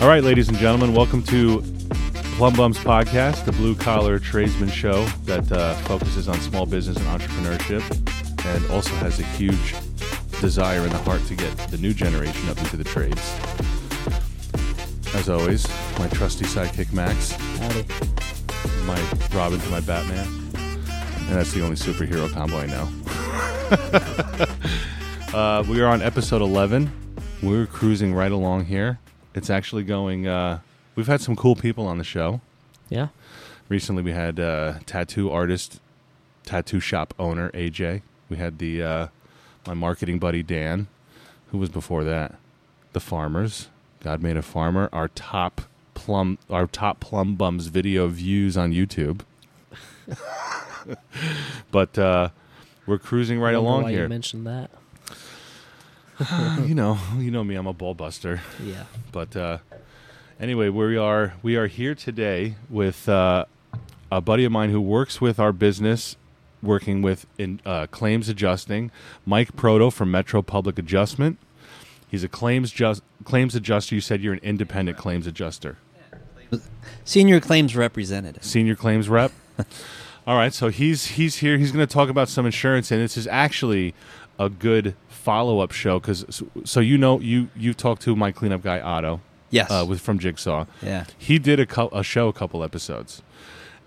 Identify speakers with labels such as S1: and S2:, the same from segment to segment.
S1: All right, ladies and gentlemen, welcome to Plum Bums Podcast, the blue collar tradesman show that uh, focuses on small business and entrepreneurship and also has a huge desire in the heart to get the new generation up into the trades. As always, my trusty sidekick Max,
S2: Howdy.
S1: my Robin to my Batman, and that's the only superhero combo I know. uh, we are on episode 11. We're cruising right along here. It's actually going, uh, we've had some cool people on the show.
S2: Yeah.
S1: Recently, we had uh, tattoo artist, tattoo shop owner AJ. We had the uh, my marketing buddy Dan, who was before that. The farmers, God made a farmer. Our top plum, our top plum bums video views on YouTube. but uh, we're cruising right
S2: Wonder
S1: along
S2: why You
S1: here.
S2: mentioned that.
S1: you know, you know me. I'm a ball buster.
S2: Yeah.
S1: But uh, anyway, we are we are here today with uh, a buddy of mine who works with our business, working with in uh, claims adjusting, Mike Proto from Metro Public Adjustment. He's a claims just claims adjuster. You said you're an independent claims adjuster,
S3: Senior claims representative.
S1: senior claims rep. All right, so he's he's here. He's going to talk about some insurance, and this is actually a good follow up show because so, so you know you you talked to my cleanup guy Otto
S3: Yes.
S1: uh, with from Jigsaw.
S3: yeah.
S1: He did a, cou- a show a couple episodes,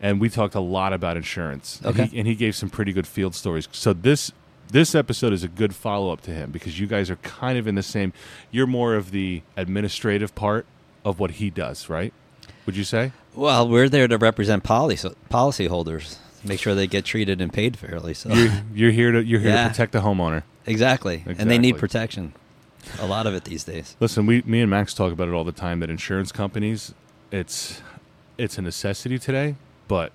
S1: and we talked a lot about insurance. And
S3: Okay.
S1: he, and he gave some pretty good field stories. So this this episode is a good follow up to him because you guys are kind of in the same. You're more of the administrative part of what he does, right? Would you say?
S3: Well, we're there to represent policy policyholders, make sure they get treated and paid fairly. So
S1: You're, you're here to you're here
S3: Yeah.
S1: to protect the homeowner.
S3: exactly. and they need
S1: Exactly.
S3: protection. A lot of it these days.
S1: Listen, we me and Max talk about it all the time that insurance companies it's it's a necessity today, but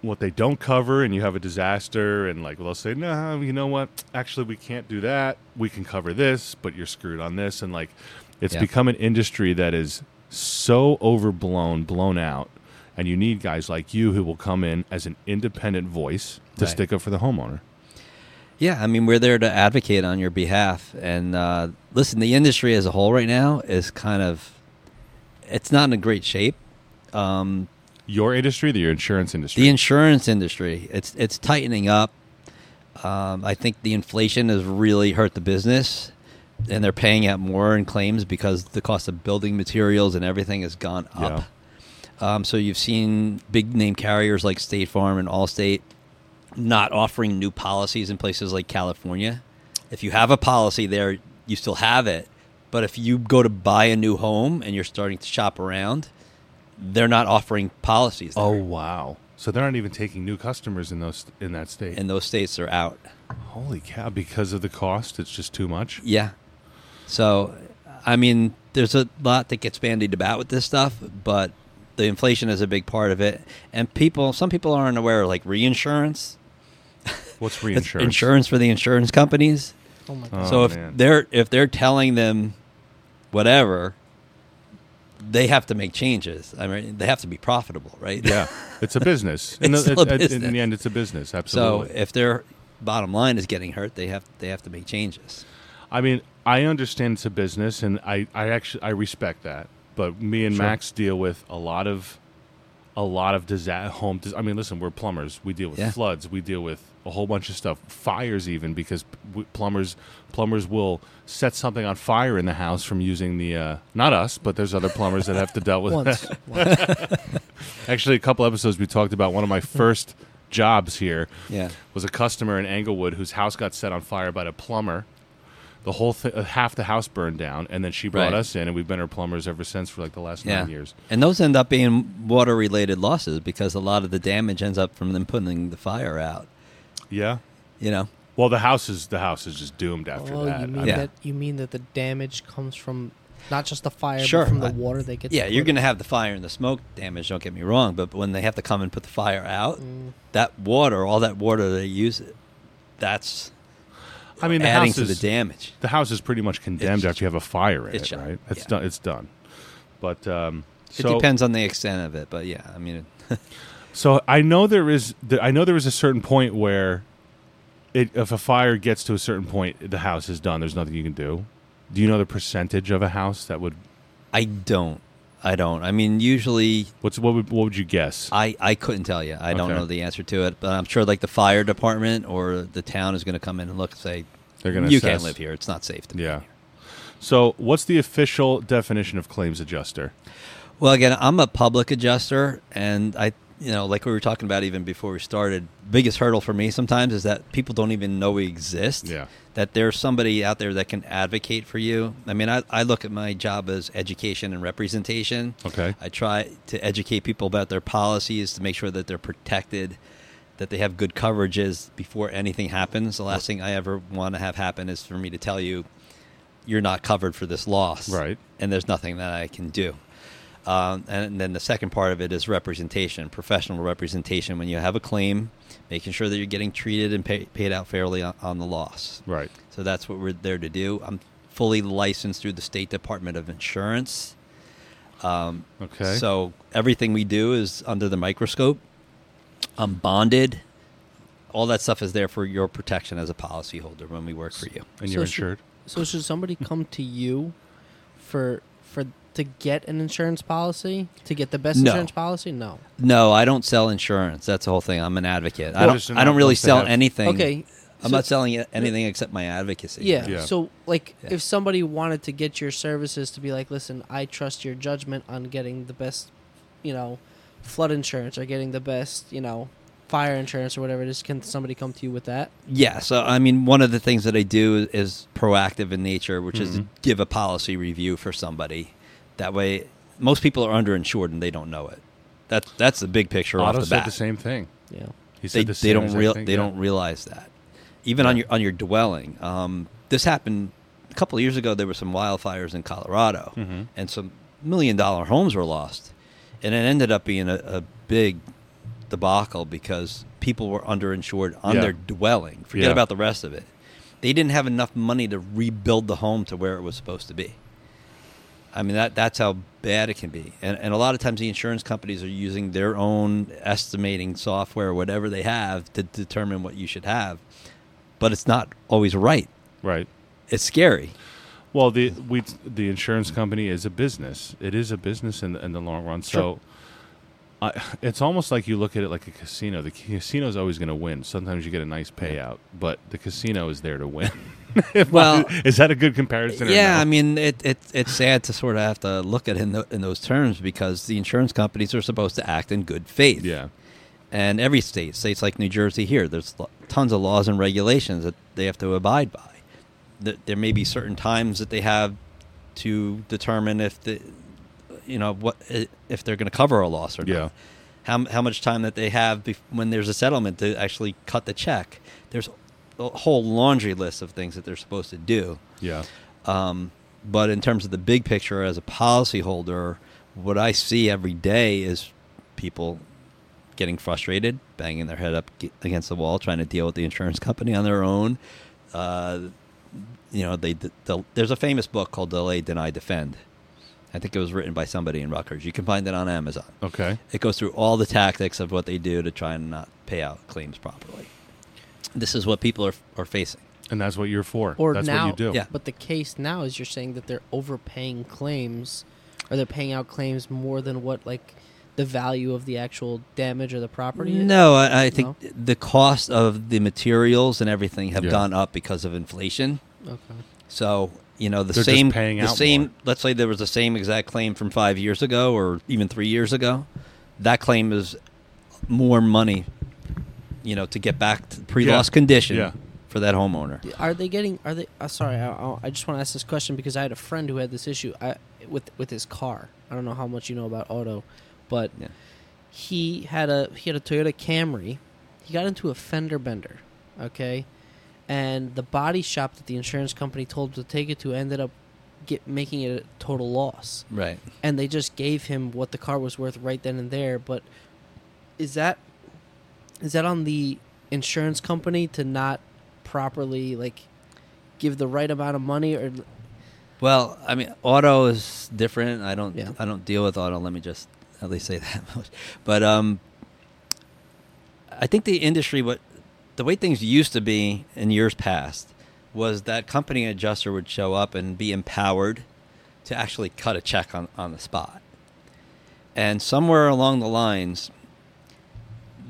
S1: what they don't cover and you have a disaster and like they'll say, No, you know what? Actually we can't do that. We can cover this, but you're screwed on this and like it's
S3: Yeah.
S1: become an industry that is so overblown, blown out, and you need guys like you who will come in as an independent voice to
S3: Right.
S1: stick up for the homeowner.
S3: Yeah, I mean, we're there to advocate on your behalf. And uh, listen, the industry as a whole right now is kind of, it's not in great shape. Um,
S1: Your industry, the your insurance industry.
S3: the insurance industry, it's it's tightening up. Um, I think the inflation has really hurt the business, and they're paying out more in claims because the cost of building materials and everything has gone up. Um, so you've seen big name carriers like State Farm and Allstate not offering new policies in places like California. If you have a policy there, you still have it. But if you go to buy a new home and you're starting to shop around, they're not offering policies. There.
S1: Oh wow! So they're not even taking new customers in those in that state.
S3: and those states are out.
S1: Holy cow! Because of the cost, it's just too much.
S3: Yeah. So, I mean, there's a lot that gets bandied about with this stuff, but the inflation is a big part of it. And people, some people aren't aware, like reinsurance,
S1: What's
S3: That's
S1: reinsurance?
S3: insurance for the insurance companies.
S2: Oh my
S1: Oh,
S3: so if
S1: man.
S3: they're if they're telling them whatever, they have to make changes. I mean, they have to be profitable, right?
S1: yeah, it's a business. In
S3: It's
S1: the-
S3: still a
S1: it- it- In
S3: business.
S1: the end, it's a business.
S3: so
S1: Absolutely.
S3: if their bottom line is getting hurt, they have they have to make changes.
S1: I mean, I understand it's a business, and I, I actually I respect that. But me and
S3: Sure.
S1: Max deal with a lot of a lot of disa- home. Dis- I mean, listen, we're plumbers. We deal with
S3: Yeah.
S1: floods. We deal with a whole bunch of stuff, fires even because p- w- plumbers plumbers will set something on fire in the house from using the uh, not us, but there's other plumbers that have to deal with.
S2: Once. Once.
S1: actually, a couple episodes we talked about one of my
S3: Hmm.
S1: first jobs here
S3: Yeah.
S1: was a customer in Englewood whose house got set on fire by a plumber. The whole th- half the house burned down, and then she brought
S3: Right.
S1: us in, and we've been her plumbers ever since for like the last nine years.
S3: And those end up being water related losses because a lot of the damage ends up from them putting the fire out.
S1: Yeah.
S3: You know?
S1: Well, the house is the house is just doomed after
S2: oh,
S1: that.
S2: you
S1: I-
S2: mean
S3: Yeah.
S2: that you mean that the damage comes from not just the fire,
S3: Sure.
S2: but from the
S3: I-
S2: water that gets.
S3: yeah, you're
S2: put-
S3: going to have the fire and the smoke damage, don't get me wrong, but when they have to come and put the fire out,
S1: Mm.
S3: that water, all that water they use, that's
S1: I mean, the
S3: adding
S1: house
S3: to the
S1: is
S3: damage.
S1: the house is pretty much condemned
S3: It's-
S1: after you have a fire in
S3: it's
S1: it,
S3: shot.
S1: right? It's
S3: Yeah.
S1: done. It's done. But um,
S3: it
S1: so,
S3: depends on the extent of it, but yeah, I mean,
S1: So I know there is. th- I know there is a certain point where it, if a fire gets to a certain point, the house is done. There's nothing you can do. Do you know the percentage of a house that would?
S3: I don't. I don't. I mean, usually
S1: What's what would what would you guess?
S3: I, I couldn't tell you. I don't
S1: Okay.
S3: know the answer to it, but I'm sure like the fire department or the town is going to come in and look and say,
S1: They're gonna
S3: you
S1: assess.
S3: can't live here. It's not safe to be
S1: Yeah. So, what's the official definition of claims adjuster?
S3: Well, again, I'm a public adjuster, and I, you know, like we were talking about even before we started, biggest hurdle for me sometimes is that people don't even know we exist.
S1: Yeah.
S3: That there's somebody out there that can advocate for you. I mean, I, I look at my job as education and representation.
S1: Okay.
S3: I try to educate people about their policies to make sure that they're protected, that they have good coverages before anything happens. The last thing I ever want to have happen is for me to tell you, you're not covered for this loss
S1: Right.
S3: and there's nothing that I can do. Um, and then the second part of it is representation, professional representation. When you have a claim, making sure that you're getting treated and pay, paid out fairly on, on the loss.
S1: Right.
S3: So that's what we're there to do. I'm fully licensed through the State Department of Insurance. Um,
S1: Okay.
S3: So everything we do is under the microscope. I'm bonded. All that stuff is there for your protection as a policyholder when we work for you.
S1: and you're
S2: So should-
S1: insured.
S2: So should somebody come to you for for to get an insurance policy to get the best
S3: No.
S2: insurance policy? No.
S3: No, I don't sell insurance. That's the whole thing. I'm an advocate. I
S1: Well,
S3: don't.
S1: just
S3: I don't really
S1: wants to
S3: sell
S1: have-
S3: anything.
S2: Okay.
S3: I'm
S2: so-
S3: not selling anything except my advocacy.
S2: Yeah.
S1: Yeah.
S2: So, like,
S3: Yeah.
S2: if somebody wanted to get your services to be like, listen, I trust your judgment on getting the best, you know, flood insurance or getting the best, you know, fire insurance or whatever it is, can somebody come to you with that?
S3: Yeah. So I mean, one of the things that I do is proactive in nature, which is
S2: Mm-hmm.
S1: Mhm.
S3: give a policy review for somebody. That way, most people are underinsured and they don't know it. That's that's the big picture
S1: Otto
S3: off the
S1: said
S3: bat.
S1: the same thing.
S2: Yeah.
S1: He
S3: they,
S1: said the
S3: they
S1: same
S3: don't
S1: exact
S3: real
S1: thing,
S3: they
S1: yeah.
S3: don't realize that. Even on
S1: Yeah.
S3: your on your dwelling, um, this happened a couple of years ago. There were some wildfires in Colorado,
S1: Mhm.
S3: and some million dollar homes were lost, and it ended up being a, a big debacle because people were underinsured on
S1: Yeah.
S3: their dwelling. Forget
S1: Yeah.
S3: about the rest of it. They didn't have enough money to rebuild the home to where it was supposed to be. I mean that that's how bad it can be, and and a lot of times the insurance companies are using their own estimating software, whatever they have, to determine what you should have, but it's not always right.
S1: Right.
S3: It's scary.
S1: Well, the we the insurance company is a business. It is a business in the, in the long run. So, I, it's almost like you look at it like a casino. The casino is always going to win. Sometimes you get a nice payout, but the casino is there to win. If I-
S3: Well-
S1: is that a good comparison?
S3: Yeah,
S1: or
S3: I
S1: no?
S3: mean it, it it's sad to sort of have to look at it in, tho- in those terms because the insurance companies are supposed to act in good faith.
S1: yeah,
S3: and every state, states like New Jersey here, there's lo- tons of laws and regulations that they have to abide by. Th- There may be certain times that they have to determine if the, you know, what i- if they're going to cover a loss or not.
S1: Yeah.
S3: How m- how much time that they have bef- when there's a settlement to actually cut the check. There's a whole laundry list of things that they're supposed to do.
S1: yeah,
S3: Um, but in terms of the big picture, as a policyholder, what I see every day is people getting frustrated, banging their head up g- against the wall, trying to deal with the insurance company on their own. Uh, you know, they, d- del- there's a famous book called "Delay, Deny, Defend." I think it was written by somebody in Rutgers. You can find it on Amazon.
S1: okay,
S3: It goes through all the tactics of what they do to try and not pay out claims properly. This is what people are, are facing.
S1: and that's what you're for.
S2: Or
S1: that's
S2: now,
S1: what you do.
S3: Yeah.
S2: But the case now is you're saying that they're overpaying claims, or they're paying out claims more than what like the value of the actual damage or the property. is?
S3: No, I, I think the cost of the materials and everything have
S1: Yeah.
S3: gone up because of inflation.
S2: Okay.
S3: So you know the
S1: They're just
S3: same,
S1: paying
S3: the
S1: out
S3: same.
S1: more.
S3: Let's say there was the same exact claim from five years ago, or even three years ago. That claim is more money, you know, to get back to pre-loss
S1: Yeah.
S3: condition
S1: Yeah.
S3: for that homeowner.
S2: Are they getting? Are they? Uh, sorry, I- I, I just want to ask this question because I had a friend who had this issue I, with with his car. I don't know how much you know about auto, but
S3: Yeah.
S2: he had a he had a Toyota Camry. He got into a fender bender, okay, and the body shop that the insurance company told him to take it to ended up get making it a total loss,
S3: Right.
S2: and they just gave him what the car was worth right then and there. But is that is that on the insurance company to not properly like give the right amount of money or
S3: Well, I mean, auto is different. I don't,
S2: Yeah.
S3: I don't deal with auto. Let me just at least say that much. But um, I think the industry what the way things used to be in years past was that company adjuster would show up and be empowered to actually cut a check on, on the spot. And somewhere along the lines,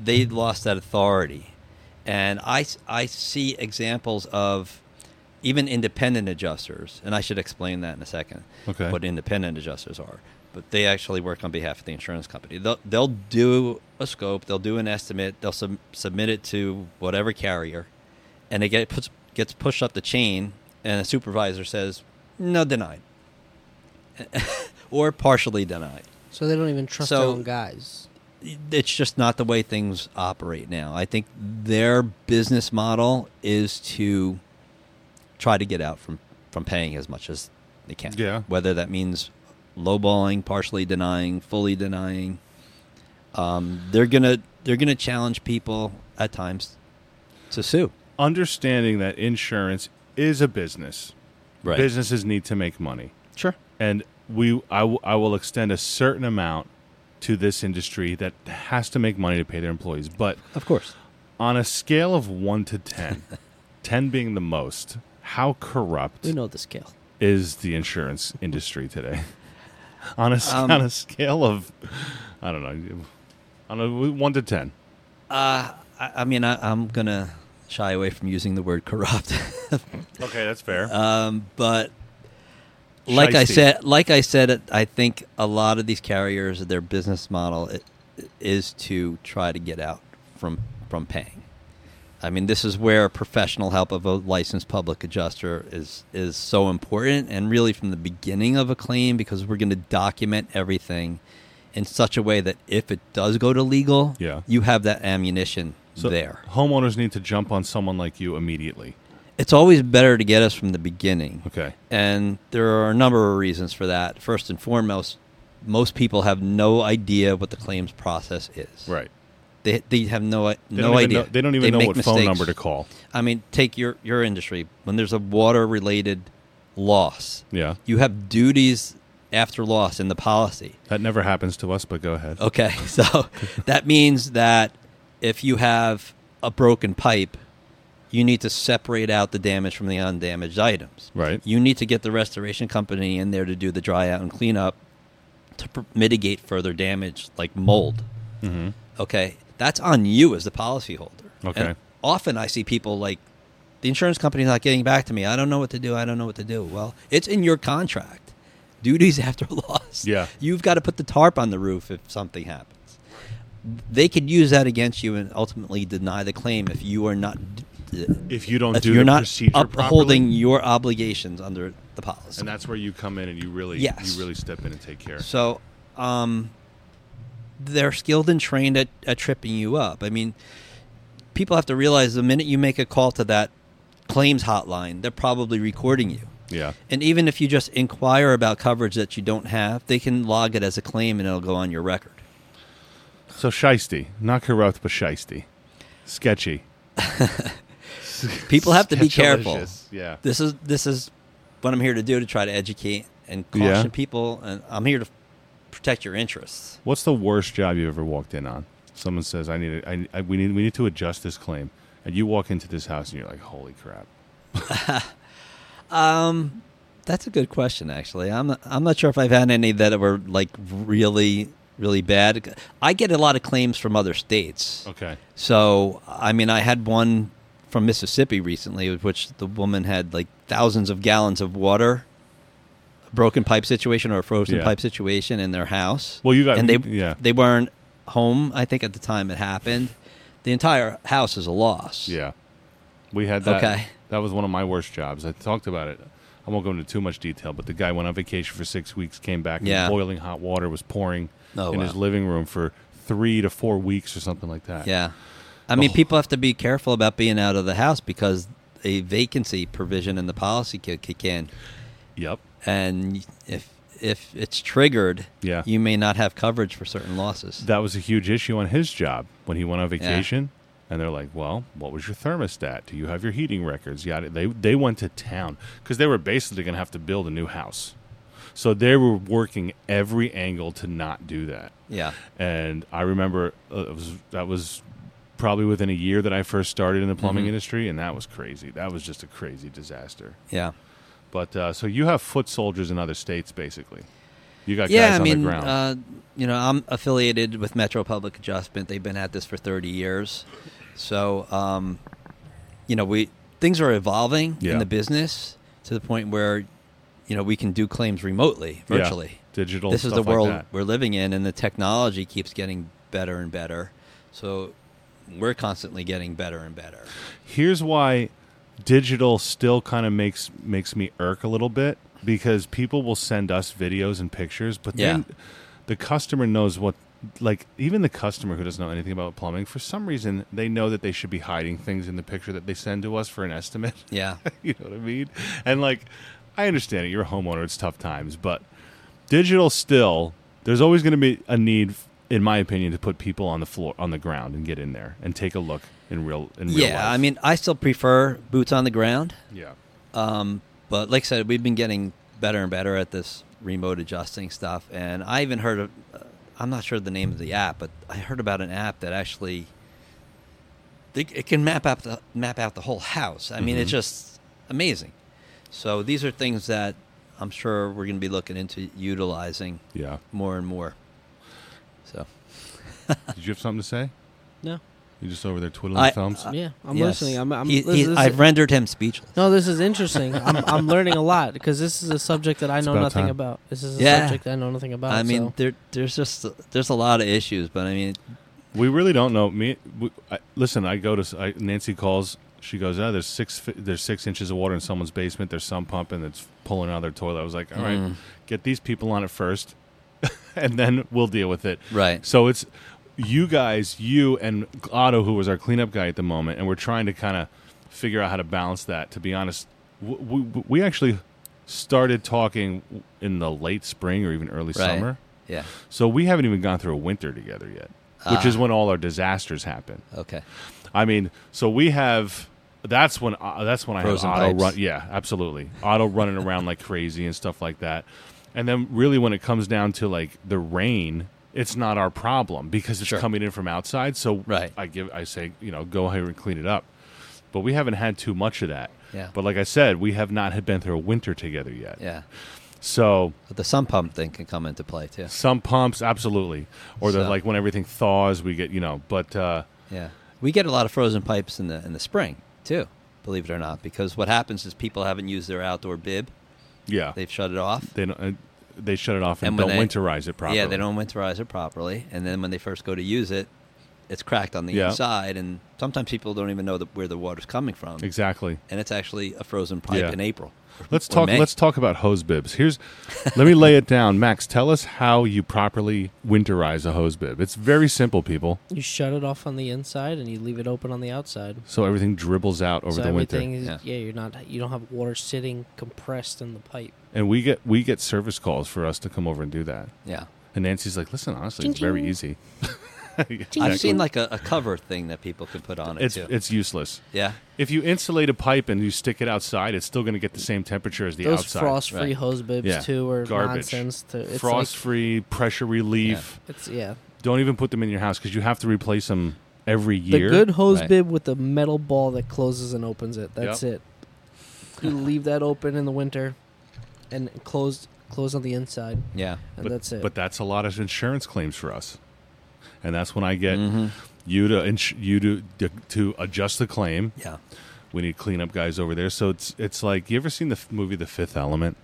S3: they lost that authority. And I, s- I see examples of even independent adjusters, and I should explain that in a second,
S1: Okay.
S3: what independent adjusters are. But they actually work on behalf of the insurance company. They'll, they'll do a scope, they'll do an estimate, they'll sub- submit it to whatever carrier, and it get, puts, gets pushed up the chain, and a supervisor says, no, denied, or partially denied.
S2: So they don't even trust their
S3: So-
S2: own guys.
S3: it's just not the way things operate now. I think their business model is to try to get out from from paying as much as they can.
S1: Yeah.
S3: Whether that means lowballing, partially denying, fully denying, um, they're gonna they're gonna challenge people at times to sue.
S1: Understanding that insurance is a business.
S3: Right.
S1: Businesses need to make money.
S3: Sure.
S1: and we I, w- I will extend a certain amount to this industry that has to make money to pay their employees but
S3: Of course.
S1: on a scale of 1 to 10 10 being the most how corrupt
S2: We know the scale.
S1: is the insurance industry today on a, s- on a scale of i don't know on a 1 to 10
S3: Uh, I, I mean, I, I'm gonna shy away from using the word corrupt.
S1: okay that's fair
S3: Um, but like I
S1: Shiesty.
S3: said, like I said, I think a lot of these carriers, their business model i- is to try to get out from from paying. I mean, this is where professional help of a licensed public adjuster is is so important, and really from the beginning of a claim, because we're going to document everything in such a way that if it does go to legal,
S1: Yeah.
S3: you have that ammunition there.
S1: homeowners need to jump on someone like you immediately
S3: It's always better to get us from the beginning.
S1: okay
S3: And there are a number of reasons for that. First and foremost, most people have no idea what the claims process is.
S1: right
S3: They, they have no
S1: they
S3: no
S1: don't
S3: idea.
S1: even know, they don't even know
S3: make
S1: what phone
S3: mistakes.
S1: number to call
S3: I mean, take your your industry. When there's a water related loss,
S1: yeah
S3: you have duties after loss in the policy.
S1: that never happens to us but go ahead
S3: Okay, so that means that if you have a broken pipe, you need to separate out the damage from the undamaged items.
S1: Right.
S3: You need to get the restoration company in there to do the dry out and cleanup to pr- mitigate further damage like mold.
S1: mm-hmm.
S3: Okay, that's on you as the policyholder.
S1: Okay.
S3: And often I see people like the insurance company's not getting back to me. I don't know what to do. I don't know what to do. Well, it's in your contract. Duties after loss.
S1: Yeah.
S3: You've got to put the tarp on the roof if something happens. They could use that against you and ultimately deny the claim if you are not
S1: if you don't
S3: if
S1: do
S3: you're
S1: the
S3: not
S1: procedure
S3: upholding
S1: properly,
S3: your obligations under the policy.
S1: and that's where you come in and you really
S3: Yes.
S1: you really step in and take care.
S3: So, um, they're skilled and trained at, at tripping you up. I mean, people have to realize the minute you make a call to that claims hotline, they're probably recording you.
S1: yeah,
S3: And even if you just inquire about coverage that you don't have, they can log it as a claim and it'll go on your record.
S1: so shisty, not corrupt, but shisty, sketchy.
S3: People have to be careful.
S1: Sketchalicious, Yeah,
S3: This is this is what I'm here to do to try to educate and caution
S1: Yeah.
S3: people and I'm here to protect your interests.
S1: what's the worst job you ever walked in on? Someone says, "I need, a, I, I, we need, we need to adjust this claim," and you walk into this house and you're like, "Holy crap!"
S3: Um, that's a good question. Actually, I'm I'm not sure if I've had any that were like really really bad. I get a lot of claims from other states.
S1: Okay,
S3: So I mean, I had one from Mississippi recently, with which the woman had like thousands of gallons of water, a broken pipe situation or a frozen
S1: Yeah.
S3: pipe situation in their house.
S1: Well, you got-
S3: and they
S1: yeah.
S3: they weren't home. I think at the time it happened, the entire house is a loss.
S1: yeah, we had that.
S3: Okay.
S1: that was one of my worst jobs. I talked about it. I won't go into too much detail, but the guy went on vacation for six weeks, came back, and
S3: Yeah.
S1: boiling hot water was pouring
S3: Oh,
S1: in
S3: wow.
S1: his living room for three to four weeks or something like that.
S3: Yeah. I
S1: The
S3: mean,
S1: wh-
S3: people have to be careful about being out of the house because a vacancy provision in the policy could kick in.
S1: Yep.
S3: And if if it's triggered,
S1: Yeah.
S3: you may not have coverage for certain losses.
S1: That was a huge issue on his job when he went on vacation. And they're like, "Well, what was your thermostat? Do you have your heating records?" Yada. They they went to town because they were basically going to have to build a new house, so they were working every angle to not do that.
S3: yeah.
S1: And I remember uh, it was that was probably within a year that I first started in the plumbing
S3: Mhm.
S1: industry, and that was crazy. That was just a crazy disaster.
S3: Yeah.
S1: But uh, so you have foot soldiers in other states, basically. You got
S3: yeah,
S1: guys
S3: I
S1: on
S3: mean,
S1: the ground.
S3: Uh, you know, I'm affiliated with Metro Public Adjustment. They've been at this for 30 years, so um, you know, we things are evolving
S1: Yeah.
S3: in the business to the point where you know we can do claims remotely,
S1: Yeah.
S3: virtually.
S1: digital.
S3: This is the
S1: stuff like
S3: world
S1: that.
S3: we're living in, and the technology keeps getting better and better. So we're constantly getting better and better.
S1: here's why digital still kind of makes makes me irk a little bit because people will send us videos and pictures but then
S3: Yeah.
S1: the customer knows what like even the customer who doesn't know anything about plumbing for some reason they know that they should be hiding things in the picture that they send to us for an estimate
S3: Yeah,
S1: you know what I mean? And like, I understand it. You're a homeowner. It's tough times, but digital still. There's always going to be a need, in my opinion, to put people on the floor, on the ground, and get in there and take a look in real, in real
S3: yeah.
S1: life.
S3: I mean, I still prefer boots on the ground.
S1: yeah,
S3: Um, but like I said, we've been getting better and better at this remote adjusting stuff. And I even heard of, uh, I'm not sure the name of the app, but I heard about an app that actually, they, it can map out the, map out the whole house. I mean, it's
S2: Mm-hmm.
S3: just amazing. So these are things that I'm sure we're going to be looking into utilizing
S1: yeah.
S3: more and more. So
S1: Did you have something to say?
S2: No.
S1: You just over there twiddling
S3: I-
S1: your thumbs.
S3: I-
S2: Yeah, Uh, I'm
S3: yes.
S2: listening. I'm, I'm
S3: He-
S2: this-
S3: he-
S2: this
S3: I've
S2: is-
S3: rendered him speechless.
S2: No, this is interesting. I'm, I'm learning a lot because this is a subject that I know
S1: about
S2: nothing
S1: time.
S2: about. This is a
S3: Yeah.
S2: subject I know nothing about.
S3: I mean,
S2: so.
S3: there, there's just there's a lot of issues, but I mean,
S1: we really don't know. Me, we, I, listen. I go to s I Nancy calls. She goes, "Oh, there's six. fi- There's six inches of water in someone's basement. There's some pump, and it's pulling out of their toilet." I was like, "All right,
S3: Mm.
S1: get these people on it first, and then we'll deal with it."
S3: right?
S1: So it's you guys, you and Otto, who was our cleanup guy at the moment, and we're trying to kind of figure out how to balance that. To be honest, we, we, we actually started talking in the late spring or even early
S3: Right.
S1: summer.
S3: Yeah.
S1: So we haven't even gone through a winter together yet, which
S3: Ah.
S1: is when all our disasters happen.
S3: Okay.
S1: I mean, so we have. That's when uh, that's when I have
S3: Frozen
S1: auto
S3: pipes.
S1: run. Yeah, absolutely. Auto running around like crazy and stuff like that. And then really, when it comes down to like the rain, it's not our problem because it's
S3: Sure.
S1: coming in from outside. So
S3: Right.
S1: I give I say you know go ahead and clean it up. But we haven't had too much of that.
S3: Yeah.
S1: But like I said, we have not had been through a winter together yet.
S3: Yeah.
S1: So
S3: But the sump pump thing can come into play too.
S1: some pumps, absolutely, or the
S3: So-
S1: like when everything thaws, we get you know. But uh,
S3: Yeah. We get a lot of frozen pipes in the in the spring too, believe it or not, because what happens is people haven't used their outdoor bib.
S1: yeah, they
S3: They've shut it off.
S1: they don't, uh, they shut it off and,
S3: And when
S1: don't
S3: they-
S1: winterize it properly.
S3: Yeah, they don't winterize it properly, and then when they first go to use it, it's cracked on the
S1: Yeah.
S3: inside, and sometimes people don't even know that where the water's coming from,
S1: Exactly.
S3: and it's actually a frozen pipe
S1: Yeah.
S3: in April.
S1: Let's
S3: or
S1: talk.
S3: May.
S1: Let's talk about hose bibs. Here's, let me lay it down. Max, tell us how you properly winterize a hose bib. It's very simple, people.
S2: you shut it off on the inside and you leave it open on the outside.
S1: So everything dribbles out over
S2: so
S1: the
S2: everything
S1: winter,
S2: is
S3: Yeah.
S2: yeah. You're not you don't have water sitting compressed in the pipe.
S1: and we get we get service calls for us to come over and do that.
S3: Yeah.
S1: And Nancy's like, "Listen, honestly,
S2: Ching,
S1: it's very
S2: ching.
S1: easy.
S3: I've seen like a, a cover thing that people could put on it
S1: it's
S3: too.
S1: it's useless.
S3: yeah.
S1: If you insulate a pipe and you stick it outside, it's still going to get the same temperature as the
S2: Those
S1: outside.
S2: frost-free
S3: right.
S2: hose bibs
S1: Yeah.
S2: too are
S1: Garbage.
S2: nonsense. To, it's like,
S1: Frost-free, pressure relief.
S2: it's yeah.
S1: Don't even put them in your house because you have to replace them every
S2: The
S1: year.
S2: good hose
S3: Right.
S2: bib with the metal ball that closes and opens it. That's
S1: Yep.
S2: it. You leave that open in the winter, and closed close on the inside,
S3: Yeah.
S2: and that's it.
S1: But that's a lot of insurance claims for us, and that's when I get
S2: Mm-hmm.
S3: Mhm.
S1: you to ins- you to, to to adjust the claim.
S3: Yeah.
S1: We need cleanup guys over there. So it's it's like you ever seen the f- movie The Fifth Element?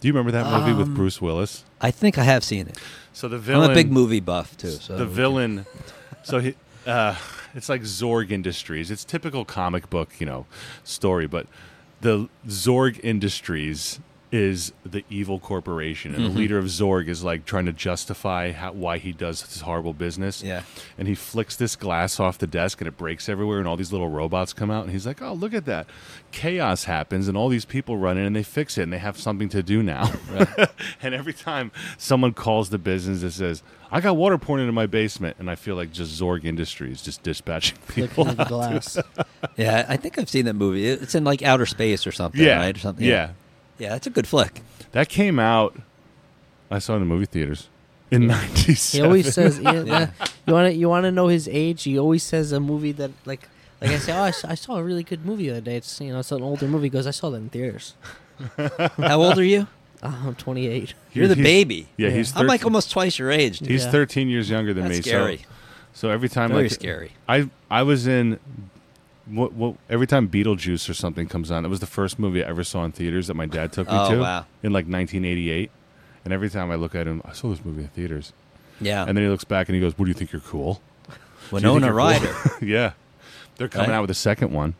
S1: Do you remember that movie with
S3: Um,
S1: Bruce Willis?
S3: I think I have seen it.
S1: So the villain,
S3: I'm a big movie buff too. So
S1: the villain. so he, uh, it's like Zorg Industries. It's typical comic book, you know, story. But the Zorg Industries is the evil corporation, and
S3: Mm-hmm.
S1: the leader of Zorg is like trying to justify how, why he does this horrible business.
S3: Yeah.
S1: And he flicks this glass off the desk, and it breaks everywhere, and all these little robots come out, and he's like, "Oh, look at that!" Chaos happens, and all these people run in, and they fix it, and they have something to do now. and every time someone calls the business that says, "I got water pouring into my basement," and I feel like just Zorg Industries just dispatching people.
S2: Looking at the glass.
S3: Yeah, I think I've seen that movie. It- It's in like outer space or something,
S1: Yeah,
S3: right? Or something.
S1: yeah,
S3: Yeah, that's a good flick.
S1: that came out. I saw it in the movie theaters in '97.
S2: He always says, yeah,
S3: Yeah.
S2: You want to you want to know his age? He always says a movie that like like I say, oh, I saw, I saw a really good movie the other day. It's you know it's an older movie. He goes, I saw that in theaters.
S3: How old are you?
S2: Oh, I'm 28.
S3: You're the
S1: He's-
S3: baby.
S1: Yeah,
S2: Yeah.
S1: he's 13,
S3: I'm like almost twice your age. Dude.
S1: he's
S2: Yeah.
S1: 13 years younger than
S3: That's
S1: me. so-
S3: scary.
S1: So, every time
S3: Very
S1: like
S3: scary.
S1: I I was in what, what every time Beetlejuice or something comes on, it was the first movie I ever saw in theaters that my dad took me
S3: Oh,
S1: to
S3: wow.
S1: in like 1988. And every time I look at him, I saw this movie in theaters.
S3: Yeah.
S1: And then he looks back and he goes, "What do you think you're cool?"
S3: Winona
S1: you're cool?
S3: Ryder.
S1: yeah, they're coming
S3: Right.
S1: out with a second one,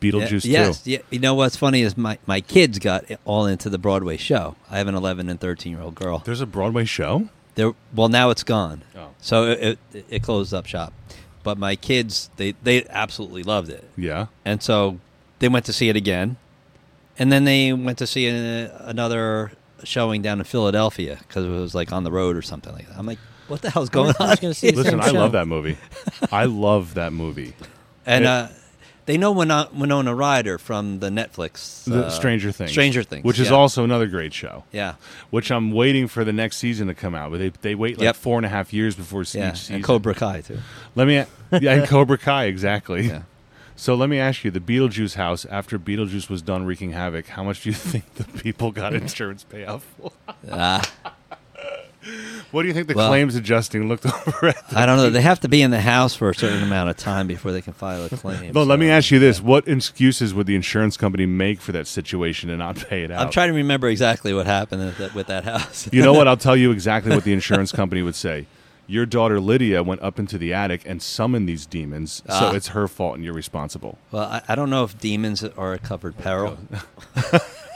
S3: Yeah,
S1: Beetlejuice
S3: yes.
S1: too.
S3: Yeah. You know what's funny is my, my kids got all into the Broadway show. I have an 11 and 13 year old girl.
S1: There's a Broadway show.
S3: There. Well, now it's gone.
S1: Oh.
S3: So it, it, it closed up shop. But my kids, they, they absolutely loved it.
S1: Yeah,
S3: And so they went to see it again. And then they went to see a, another showing down in Philadelphia because it was like on the road or something like that. I'm like, what the hell's going
S2: I
S3: on?
S2: was gonna see the
S3: here?
S2: same
S1: listen, I
S2: show.
S1: love that movie. I love that movie.
S3: And
S1: It-
S3: uh, they know Winona, Winona Ryder from the Netflix
S1: The
S3: uh,
S1: Stranger Things.
S3: Stranger Things,
S1: which is
S3: yeah.
S1: also another great show.
S3: Yeah,
S1: which I'm waiting for the next season to come out. But they they wait like
S3: Yep.
S1: four and a half years before se-
S3: yeah,
S1: each season.
S3: and Cobra Kai too.
S1: Let me, yeah, and Cobra Kai exactly.
S3: Yeah.
S1: So let me ask you: the Beetlejuice house after Beetlejuice was done wreaking havoc, how much do you think the people got insurance payout for?
S3: Ah,
S1: What do you think the
S3: Well-
S1: claims adjusting looked over at?
S3: I don't know. They have to be in the house for a certain amount of time before they can file a claim.
S1: No, let me
S3: so-
S1: ask you this: what excuses would the insurance company make for that situation and not pay it out?
S3: I'm trying to remember exactly what happened with that, with that house.
S1: You know what? I'll tell you exactly what the insurance company would say. Your daughter Lydia went up into the attic and summoned these demons,
S3: Ah.
S1: so it's her fault and you're responsible.
S3: well, I, I don't know if demons are a covered peril.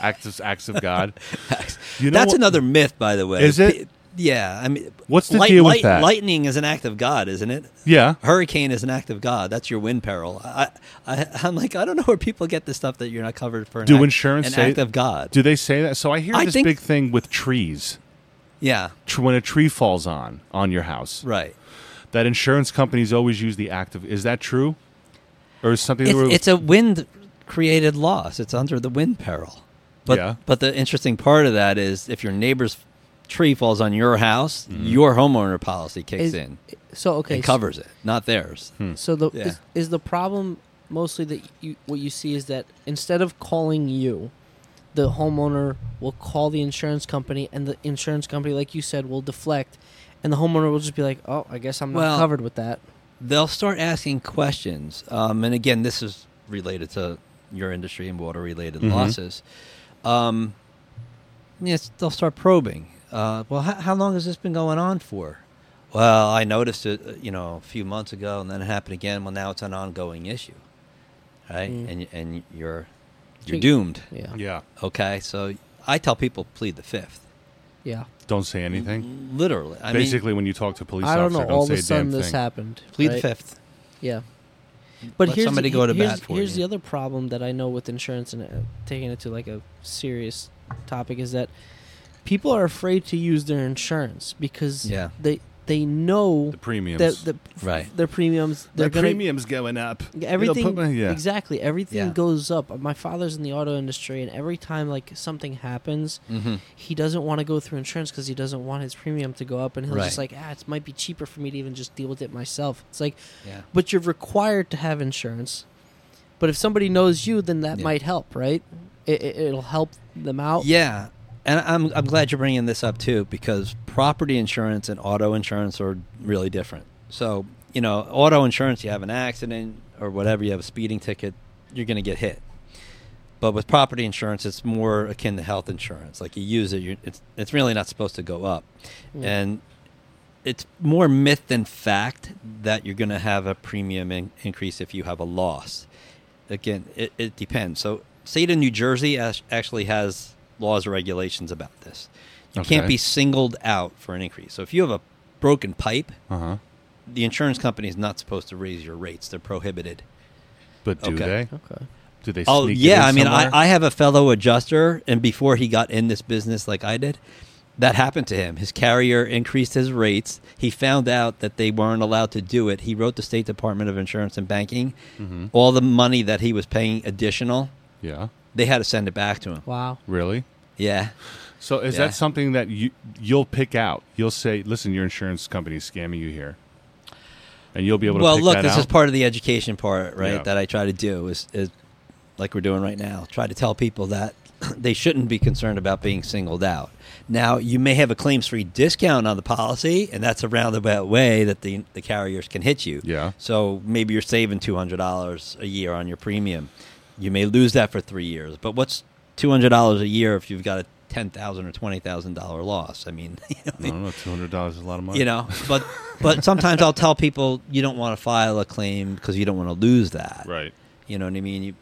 S1: acts of, acts of God. You know
S3: That's
S1: what-
S3: another myth, by the way.
S1: Is it?
S3: P- Yeah, I mean,
S1: What's the deal with that?
S3: Lightning is an act of God, isn't it?
S1: Yeah.
S3: Hurricane is an act of God. That's your wind peril. I, I, I'm like, I don't know where people get this stuff that you're not covered for. An
S1: Do
S3: act,
S1: insurance
S3: an
S1: say-
S3: act of God?
S1: Do they say that? So I hear
S3: I
S1: this
S3: think-
S1: big thing with trees.
S3: yeah,
S1: Tr- When a tree falls on on your house,
S3: right.
S1: that insurance companies always use the act of. Is that true, or is something?
S3: It's,
S1: where-
S3: it's a wind created loss. It's under the wind peril. But
S1: Yeah.
S3: but the interesting part of that is if your neighbor's tree falls on your house,
S1: Mm-hmm.
S3: your homeowner policy kicks
S2: Is-
S3: in
S2: So okay,
S3: and
S2: so-
S3: covers it, not theirs.
S1: Hmm.
S2: So the
S3: Yeah.
S2: is, is the problem mostly that you what you see is that instead of calling you, the homeowner will call the insurance company, and the insurance company, like you said, will deflect, and the homeowner will just be like, "Oh, I guess I'm not
S3: Well-
S2: covered with that."
S3: they'll start asking questions. Um, and again, this is related to your industry and water related losses. Um, yes, they'll start probing. Uh, well, how, how long has this been going on for? Well, I noticed it, uh, you know, a few months ago, and then it happened again. Well, now it's an ongoing issue, right?
S2: Mm.
S3: And and you're you're
S2: Speak-
S3: doomed.
S2: Yeah, yeah,
S1: yeah.
S3: Okay, so I tell people plead the fifth.
S1: Don't say anything.
S3: Literally, I
S1: Basically, when you talk to a police
S2: I don't
S1: officer,
S2: know.
S1: don't
S2: All
S1: say
S2: of a sudden,
S1: a damn
S2: this
S1: thing.
S2: happened.
S3: mean, plead
S2: right?
S3: the fifth.
S2: Yeah. But
S3: Let
S2: here's
S3: somebody
S2: the,
S3: go to
S2: here's,
S3: bat for
S2: here's
S3: you.
S2: the other problem that I know with insurance and uh, taking it to like a serious topic is that people are afraid to use their insurance because
S3: Yeah.
S2: they they know
S1: The premiums.
S2: that the
S3: Right.
S2: their premiums they're
S1: The
S2: gonna
S1: premiums going up. It'll
S2: everything
S1: put my- yeah.
S2: exactly everything
S3: Yeah.
S2: goes up. My father's in the auto industry, and every time like something happens,
S3: Mm-hmm.
S2: he doesn't want to go through insurance because he doesn't want his premium to go up, and he'll just
S3: Right.
S2: like ah, it might be cheaper for me to even just deal with it myself. It's like
S3: Yeah.
S2: but you're required to have insurance. But if somebody knows you, then that
S3: Yeah.
S2: might help, right? It, it, it'll help them out.
S3: Yeah, and I'm I'm glad you're bringing this up too because property insurance and auto insurance are really different. So you know, auto insurance, you have an accident or whatever, you have a speeding ticket, you're going to get hit. But with property insurance, it's more akin to health insurance. Like you use it, you it's it's really not supposed to go up,
S2: Yeah.
S3: and it's more myth than fact that you're going to have a premium in, increase if you have a loss. Again, it, it depends. So, state of New Jersey as, actually has laws and regulations about this. You can't
S1: Okay.
S3: be singled out for an increase. So, if you have a broken pipe,
S1: Uh huh.
S3: the insurance company is not supposed to raise your rates. They're prohibited.
S1: But do
S3: Okay.
S1: they?
S2: Okay.
S1: Do they?
S3: Oh
S1: sneak it
S3: yeah,
S1: in
S3: I mean, I,
S1: somewhere?
S3: I have a fellow adjuster, and before he got in this business like I did, that happened to him. His carrier increased his rates. He found out that they weren't allowed to do it. He wrote the State Department of Insurance and Banking.
S1: Mm-hmm.
S3: All the money that he was paying additional,
S1: Yeah.
S3: they had to send it back to him.
S2: Wow.
S1: Really.
S3: Yeah,
S1: So is
S3: Yeah.
S1: that something that you you'll pick out? You'll say, "Listen, your insurance company is scamming you here." and you'll be able to.
S3: well,
S1: pick
S3: look,
S1: that
S3: this
S1: out.
S3: is part of the education part, right?
S1: Yeah.
S3: That I try to do is, is like we're doing right now. Try to tell people that they shouldn't be concerned about being singled out. Now, you may have a claims-free discount on the policy, and that's a roundabout way that the the carriers can hit you.
S1: Yeah.
S3: So maybe you're saving two hundred dollars a year on your premium. You may lose that for three years, but what's two hundred dollars a year if you've got a ten thousand or twenty thousand dollar loss? I mean, you know,
S1: I don't know. Two hundred dollars is a lot of money.
S3: you know but but sometimes i'll tell people you don't want to file a claim because you don't want to lose that
S1: Right.
S3: you know what i mean you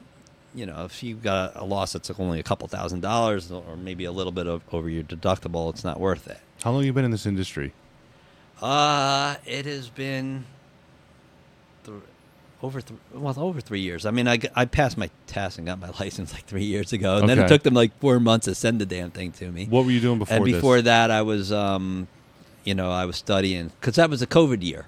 S3: you know if you've got a loss that's only a couple thousand dollars or maybe a little bit of, over your deductible it's not worth it
S1: How long you been in this industry?
S3: uh it has been th- over th- well over three years i mean I, g- I passed my test and got my license like three years ago and then it
S1: Okay.
S3: took them like four months to send the damn thing to me
S1: What were you doing before?
S3: and before
S1: this?
S3: that i was um you know i was studying because that was a covid year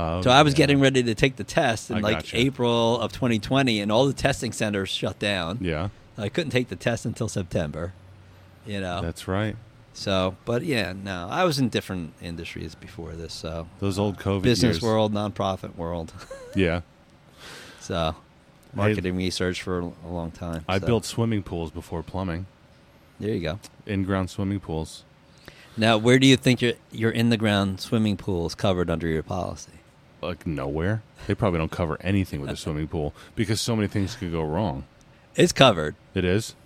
S1: Oh,
S3: So I was
S1: yeah.
S3: getting ready to take the test in
S1: I
S3: like
S1: gotcha.
S3: April of 2020, and all the testing centers shut down.
S1: Yeah,
S3: I couldn't take the test until September. You know,
S1: that's right.
S3: so but yeah, no, I was in different industries before this. So
S1: Those old COVID
S3: business
S1: years.
S3: world, nonprofit world,
S1: Yeah,
S3: so marketing research for a long time.
S1: I
S3: so.
S1: built swimming pools before plumbing.
S3: There you go.
S1: In-ground swimming pools.
S3: Now, where do you think your your in the ground swimming pool is covered under your policy?
S1: Like nowhere. They probably don't cover anything with a swimming pool because so many things could go wrong.
S3: It's covered.
S1: It is.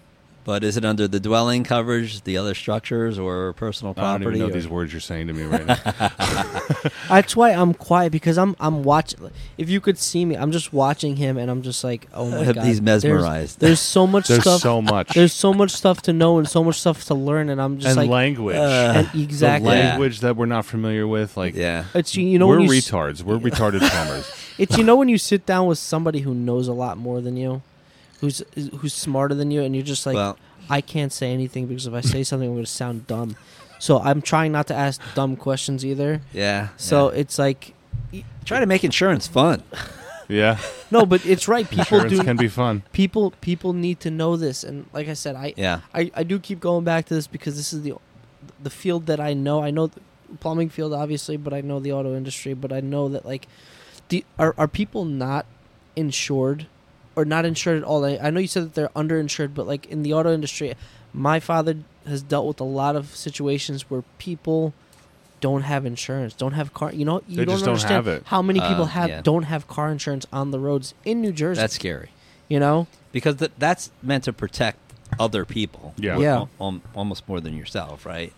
S3: But is it under the dwelling coverage, the other structures, or personal
S1: I don't
S3: property?
S1: even know
S3: or-
S1: these words you're saying to me right now.
S2: That's why I'm quiet because I'm I'm watching. If you could see me, I'm just watching him, and I'm just like, oh my god,
S3: He's
S2: there's-
S3: mesmerized.
S2: There's, so much
S1: There's
S2: stuff.
S1: so much
S2: there's so much stuff to know and so much stuff to learn, and I'm just
S1: and
S2: like,
S1: language.
S3: uh,
S2: and
S1: The
S2: exactly.
S3: Yeah.
S1: language that we're not familiar with. Like
S3: yeah.
S2: It's you know
S1: we're
S2: when you s-
S1: retards. we're retarded plumbers.
S2: It's you know when you sit down with somebody who knows a lot more than you, who's who's smarter than you, and you're just like,
S3: well,
S2: I can't say anything because if I say something, I'm going to sound dumb. So I'm trying not to ask dumb questions either.
S3: yeah.
S2: So
S3: yeah.
S2: it's like,
S3: try to make insurance fun.
S1: Yeah,
S2: no, but it's right. People
S1: insurance
S2: do.
S1: can be fun.
S2: people people need to know this, and like I said, I,
S3: Yeah.
S2: I I do keep going back to this because this is the the field that I know. I know the plumbing field obviously, but I know the auto industry. But I know that like, the are are people not insured or not insured at all? I, I know you said that they're underinsured, but like in the auto industry, my father has dealt with a lot of situations where people don't have insurance, don't have car. You know, you
S1: They
S2: don't
S1: just don't
S2: understand
S1: have it.
S2: how many
S3: Uh,
S2: people have
S3: yeah.
S2: don't have car insurance on the roads in New Jersey.
S3: That's scary
S2: you know,
S3: because th- that's meant to protect other people.
S1: Yeah.
S2: Yeah.
S3: al- al- almost more than yourself, right?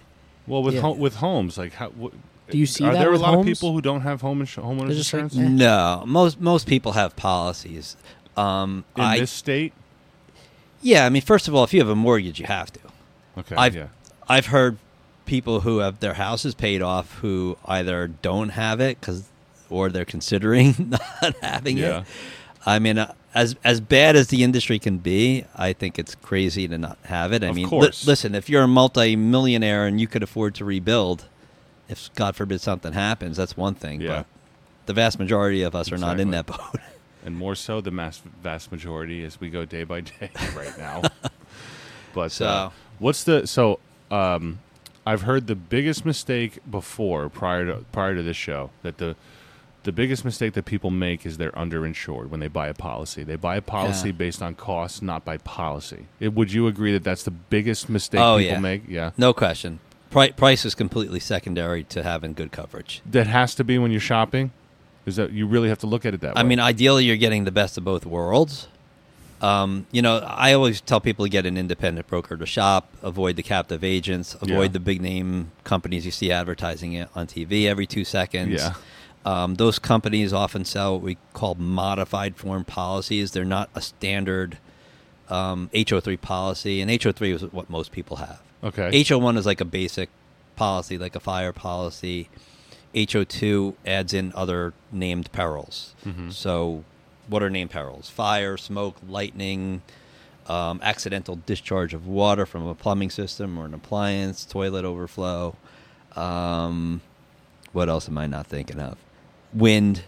S1: Well, with
S2: Yeah.
S1: ho- with homes, like how what,
S2: Do you see
S1: are
S2: that
S1: there
S2: with
S1: a lot
S2: homes?
S1: of people who don't have home insu- homeowners
S2: They're just like,
S1: insurance
S2: eh.
S3: No. Most most people have policies. Um,
S1: in
S3: I
S1: this state?
S3: yeah. I mean, first of all, if you have a mortgage, you have to.
S1: Okay,
S3: I've
S1: yeah,
S3: I've heard people who have their houses paid off who either don't have it because or they're considering not having
S1: Yeah.
S3: it. I mean, uh, as as bad as the industry can be, I think it's crazy to not have it. I
S1: Of
S3: mean, li-
S1: course.
S3: listen, if you're a multi-millionaire and you could afford to rebuild, if God forbid something happens, that's one thing.
S1: Yeah.
S3: But the vast majority of us are not in that
S1: Exactly.
S3: boat.
S1: and more so the mass, vast majority as we go day by day right now. but
S3: So-
S1: uh, what's the so? Um, I've heard the biggest mistake before prior to prior to this show that the the biggest mistake that people make is they're underinsured when they buy a policy. They buy a policy
S3: Yeah.
S1: based on cost, not by policy. It, would you agree that that's the biggest mistake
S3: Oh,
S1: people
S3: yeah.
S1: make? Yeah.
S3: no question. Pri- price is completely secondary to having good coverage.
S1: that has to be when you're shopping is that you really have to look at it that way.
S3: I mean, ideally, you're getting the best of both worlds. Um, you know, I always tell people to get an independent broker to shop, avoid the captive agents,
S1: Yeah.
S3: avoid the big name companies you see advertising it on TV every two seconds.
S1: Yeah.
S3: Um, those companies often sell what we call modified form policies. They're not a standard um, HO3 policy, and HO3 is what most people have.
S1: okay,
S3: HO1 is like a basic policy, like a fire policy. HO2 adds in other named perils. So, what are named perils? Fire, smoke, lightning, um, accidental discharge of water from a plumbing system or an appliance, toilet overflow. Um, what else am I not thinking of? Wind,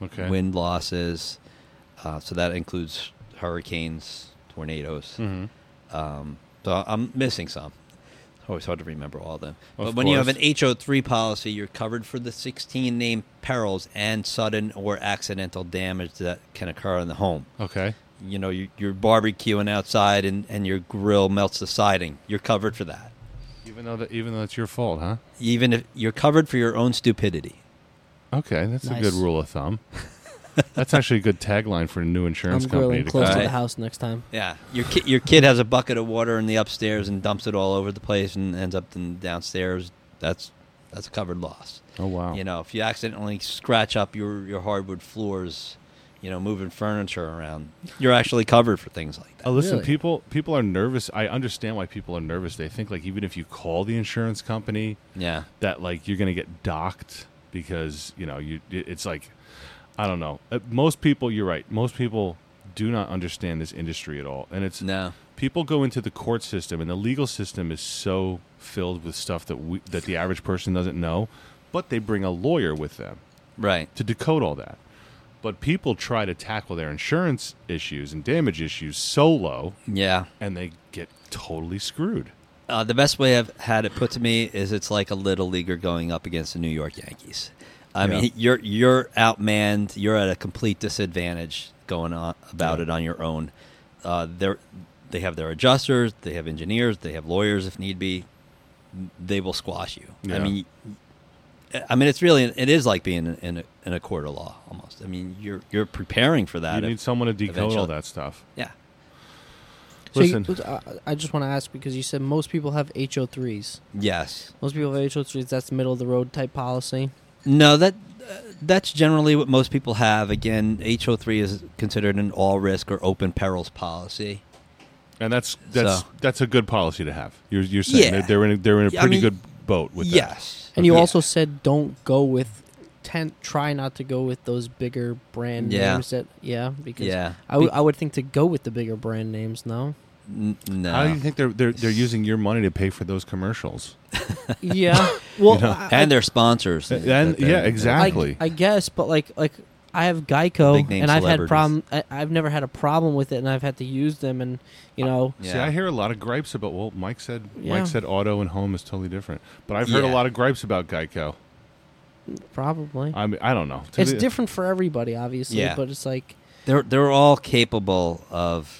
S1: okay,
S3: wind losses. Uh, so, that includes hurricanes, tornadoes.
S1: hmm
S3: Um, so I'm missing some. Oh, it's hard to remember all of them.
S1: Of
S3: but when you have an
S1: course.
S3: HO3 policy, you're covered for the 16 named perils and sudden or accidental damage that can occur in the home.
S1: Okay.
S3: You know, you, you're barbecuing outside and, and your grill melts the siding. You're covered for that.
S1: Even though that, even though it's your fault, huh?
S3: Even if you're covered for your own stupidity.
S1: Okay, that's a good
S2: Nice.
S1: rule of thumb. that's actually a good tagline for a new insurance
S2: I'm
S1: company.
S2: grilling close to
S3: cut.
S2: the house next time.
S3: Yeah, your ki- your kid has a bucket of water in the upstairs and dumps it all over the place and ends up in downstairs. That's that's a covered loss.
S1: Oh wow.
S3: You know, if you accidentally scratch up your your hardwood floors, you know, moving furniture around, you're actually covered for things like
S1: Oh,
S3: that.
S1: listen,
S2: Really?
S1: people people are nervous. I understand why people are nervous. They think like even if you call the insurance company,
S3: Yeah,
S1: that like you're gonna get docked because you know you it- it's like I don't know. Uh, Most people, you're right. Most people do not understand this industry at all, and it's
S3: no,
S1: people go into the court system and the legal system is so filled with stuff that we that the average person doesn't know, but they bring a lawyer with them
S3: right,
S1: to decode all that. But people try to tackle their insurance issues and damage issues solo,
S3: yeah.
S1: and they get totally screwed.
S3: Uh, the best way I've had it put to me is it's like a little leaguer going up against the New York Yankees. I
S1: Yeah.
S3: mean, you're you're outmanned. You're at a complete disadvantage going on about
S1: Yeah.
S3: it on your own. Uh, they they have their adjusters, they have engineers, they have lawyers if need be. They will squash you. I
S1: Yeah.
S3: mean, I mean, it's really it is like being in in a, in a court of law almost. I mean, you're you're preparing for that.
S1: You need someone to decode all
S3: eventually.
S1: that stuff.
S3: yeah,
S1: Listen,
S2: So you, uh, I- I just want to ask because you said most people have HO3s.
S3: yes.
S2: Most people have HO3s. That's middle of the road type policy.
S3: No, that uh, that's generally what most people have. Again, HO3 is considered an all risk or open perils policy.
S1: and that's that's
S3: So-
S1: that's a good policy to have. You're you're saying
S3: Yeah.
S1: they're, they're in a, they're in a
S3: Yeah,
S1: pretty
S3: I mean,
S1: good boat with that.
S3: yes.
S2: And you
S3: Yeah.
S2: also said don't go with ten. Try not to go with those bigger brand
S3: Yeah.
S2: names. That yeah, because
S3: Yeah.
S2: I, w- I would think to go with the bigger brand names. No.
S3: N- no.
S1: How do you think they're they're they're using your money to pay for those commercials?
S2: Yeah. Well,
S1: know,
S2: I,
S3: and their sponsors.
S1: Uh, And-
S3: that they're-
S1: yeah,
S3: that-
S1: exact-
S2: I,
S1: Exactly.
S2: I guess, but like like I have Geico,
S3: Big name
S2: and I've had
S3: celebrities.
S2: problem. I, I've never had a problem with it, and I've had to use them, and you know.
S1: See,
S3: Yeah.
S1: I hear a lot of gripes about. Well, Mike said
S2: Yeah.
S1: Mike said auto and home is totally different, but I've heard a
S3: Yeah.
S1: lot of gripes about Geico.
S2: Probably.
S1: I mean, I don't know. To
S2: it's
S1: the-
S2: different for everybody, obviously,
S3: Yeah.
S2: but it's like
S3: They're they're all capable of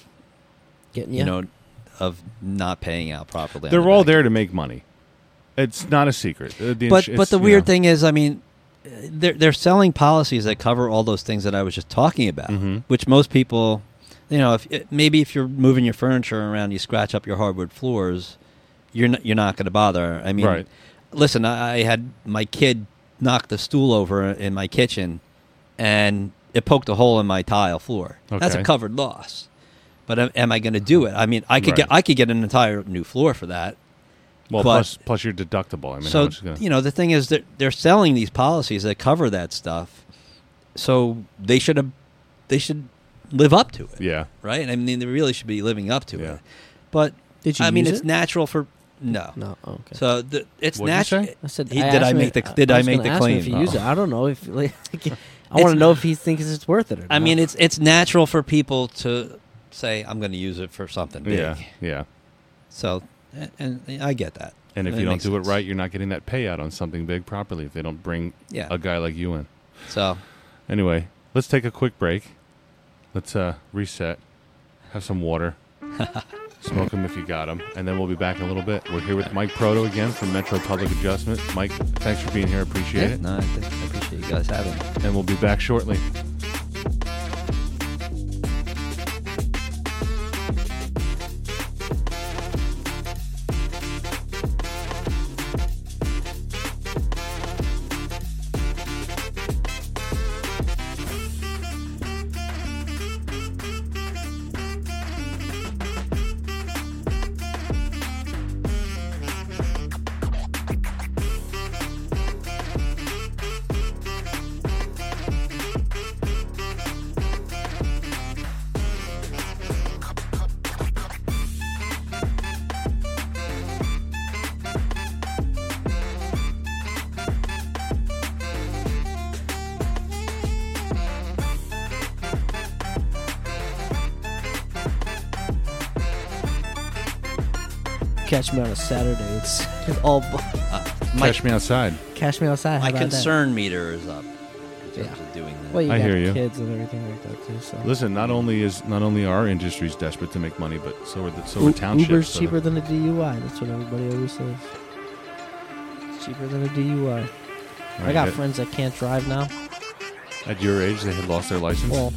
S2: getting
S3: you know of not paying out properly. on
S1: They're
S3: the
S1: all
S3: back
S1: there to make money. It's not a secret. Uh, the
S3: but
S1: ins-
S3: but
S1: it's,
S3: the
S1: you
S3: weird
S1: know.
S3: thing is, I mean, they're they're selling policies that cover all those things that I was just talking about,
S1: Mhm.
S3: which most people, you know, if it, maybe if you're moving your furniture around, you scratch up your hardwood floors, you're not, you're not going to bother. I mean,
S1: Right.
S3: listen, I, I had my kid knock the stool over in my kitchen, and it poked a hole in my tile floor. That's
S1: Okay.
S3: a covered loss. But am, am I going to do it? I mean, I could
S1: Right.
S3: get I could get an entire new floor for that.
S1: Well,
S3: but-
S1: plus plus your deductible. I mean, how
S3: So
S1: much is gonna,
S3: you know the thing is that they're selling these policies that cover that stuff, so they should have, they should live up to it,
S1: yeah.
S3: right? And I mean, they really should be living up to
S1: Yeah.
S3: it. But
S2: Did you
S3: I mean,
S2: use
S3: it's
S2: it?
S3: natural for no.
S2: No, okay.
S3: So the, it's
S1: What'd you
S3: natural.
S1: say?
S2: I said,
S3: He-
S2: I
S3: did
S2: asked
S3: I
S2: him-
S3: make the did I
S2: was
S3: make
S2: gonna
S3: the
S2: ask him
S3: claim?
S2: If you use
S1: Oh.
S2: it, I don't know if like, I
S3: It's-
S2: want to know if he thinks it's worth it. Or
S3: I
S2: not.
S3: mean, it's it's natural for people to say I'm going to use it for something big.
S1: Yeah. Yeah.
S3: So and, and I get that.
S1: And if
S3: That
S1: you don't
S3: makes
S1: do
S3: sense.
S1: it right, you're not getting that payout on something big properly if they don't bring
S3: Yeah.
S1: a guy like you in.
S3: so
S1: Anyway, let's take a quick break. Let's uh, reset, have some water, smoke them if you got them, and then we'll be back in a little bit. We're here with Mike Proto again from Metro Public Adjustment. Mike, thanks for being here. Appreciate it.
S3: no, I, think, I appreciate you guys having. me.
S1: And we'll be back shortly.
S2: Catch me on a Saturday. It's all. bu-
S3: My,
S1: Catch me outside.
S2: Catch me outside. How
S3: my
S2: about
S3: concern meter is up in terms
S2: Yeah.
S3: of doing
S2: That?
S3: that.
S2: Well, you
S1: I
S2: got
S1: hear you.
S2: kids and everything like that too. So.
S1: Listen, not only is not only are industries desperate to make money, but so are the so are
S2: U-
S1: townships.
S2: Uber's
S1: So
S2: cheaper than a DUI. That's what everybody always says. It's cheaper than a DUI.
S1: that-
S2: I got
S1: at,
S2: friends that can't drive now.
S1: at your age, they had lost their license.
S2: Well,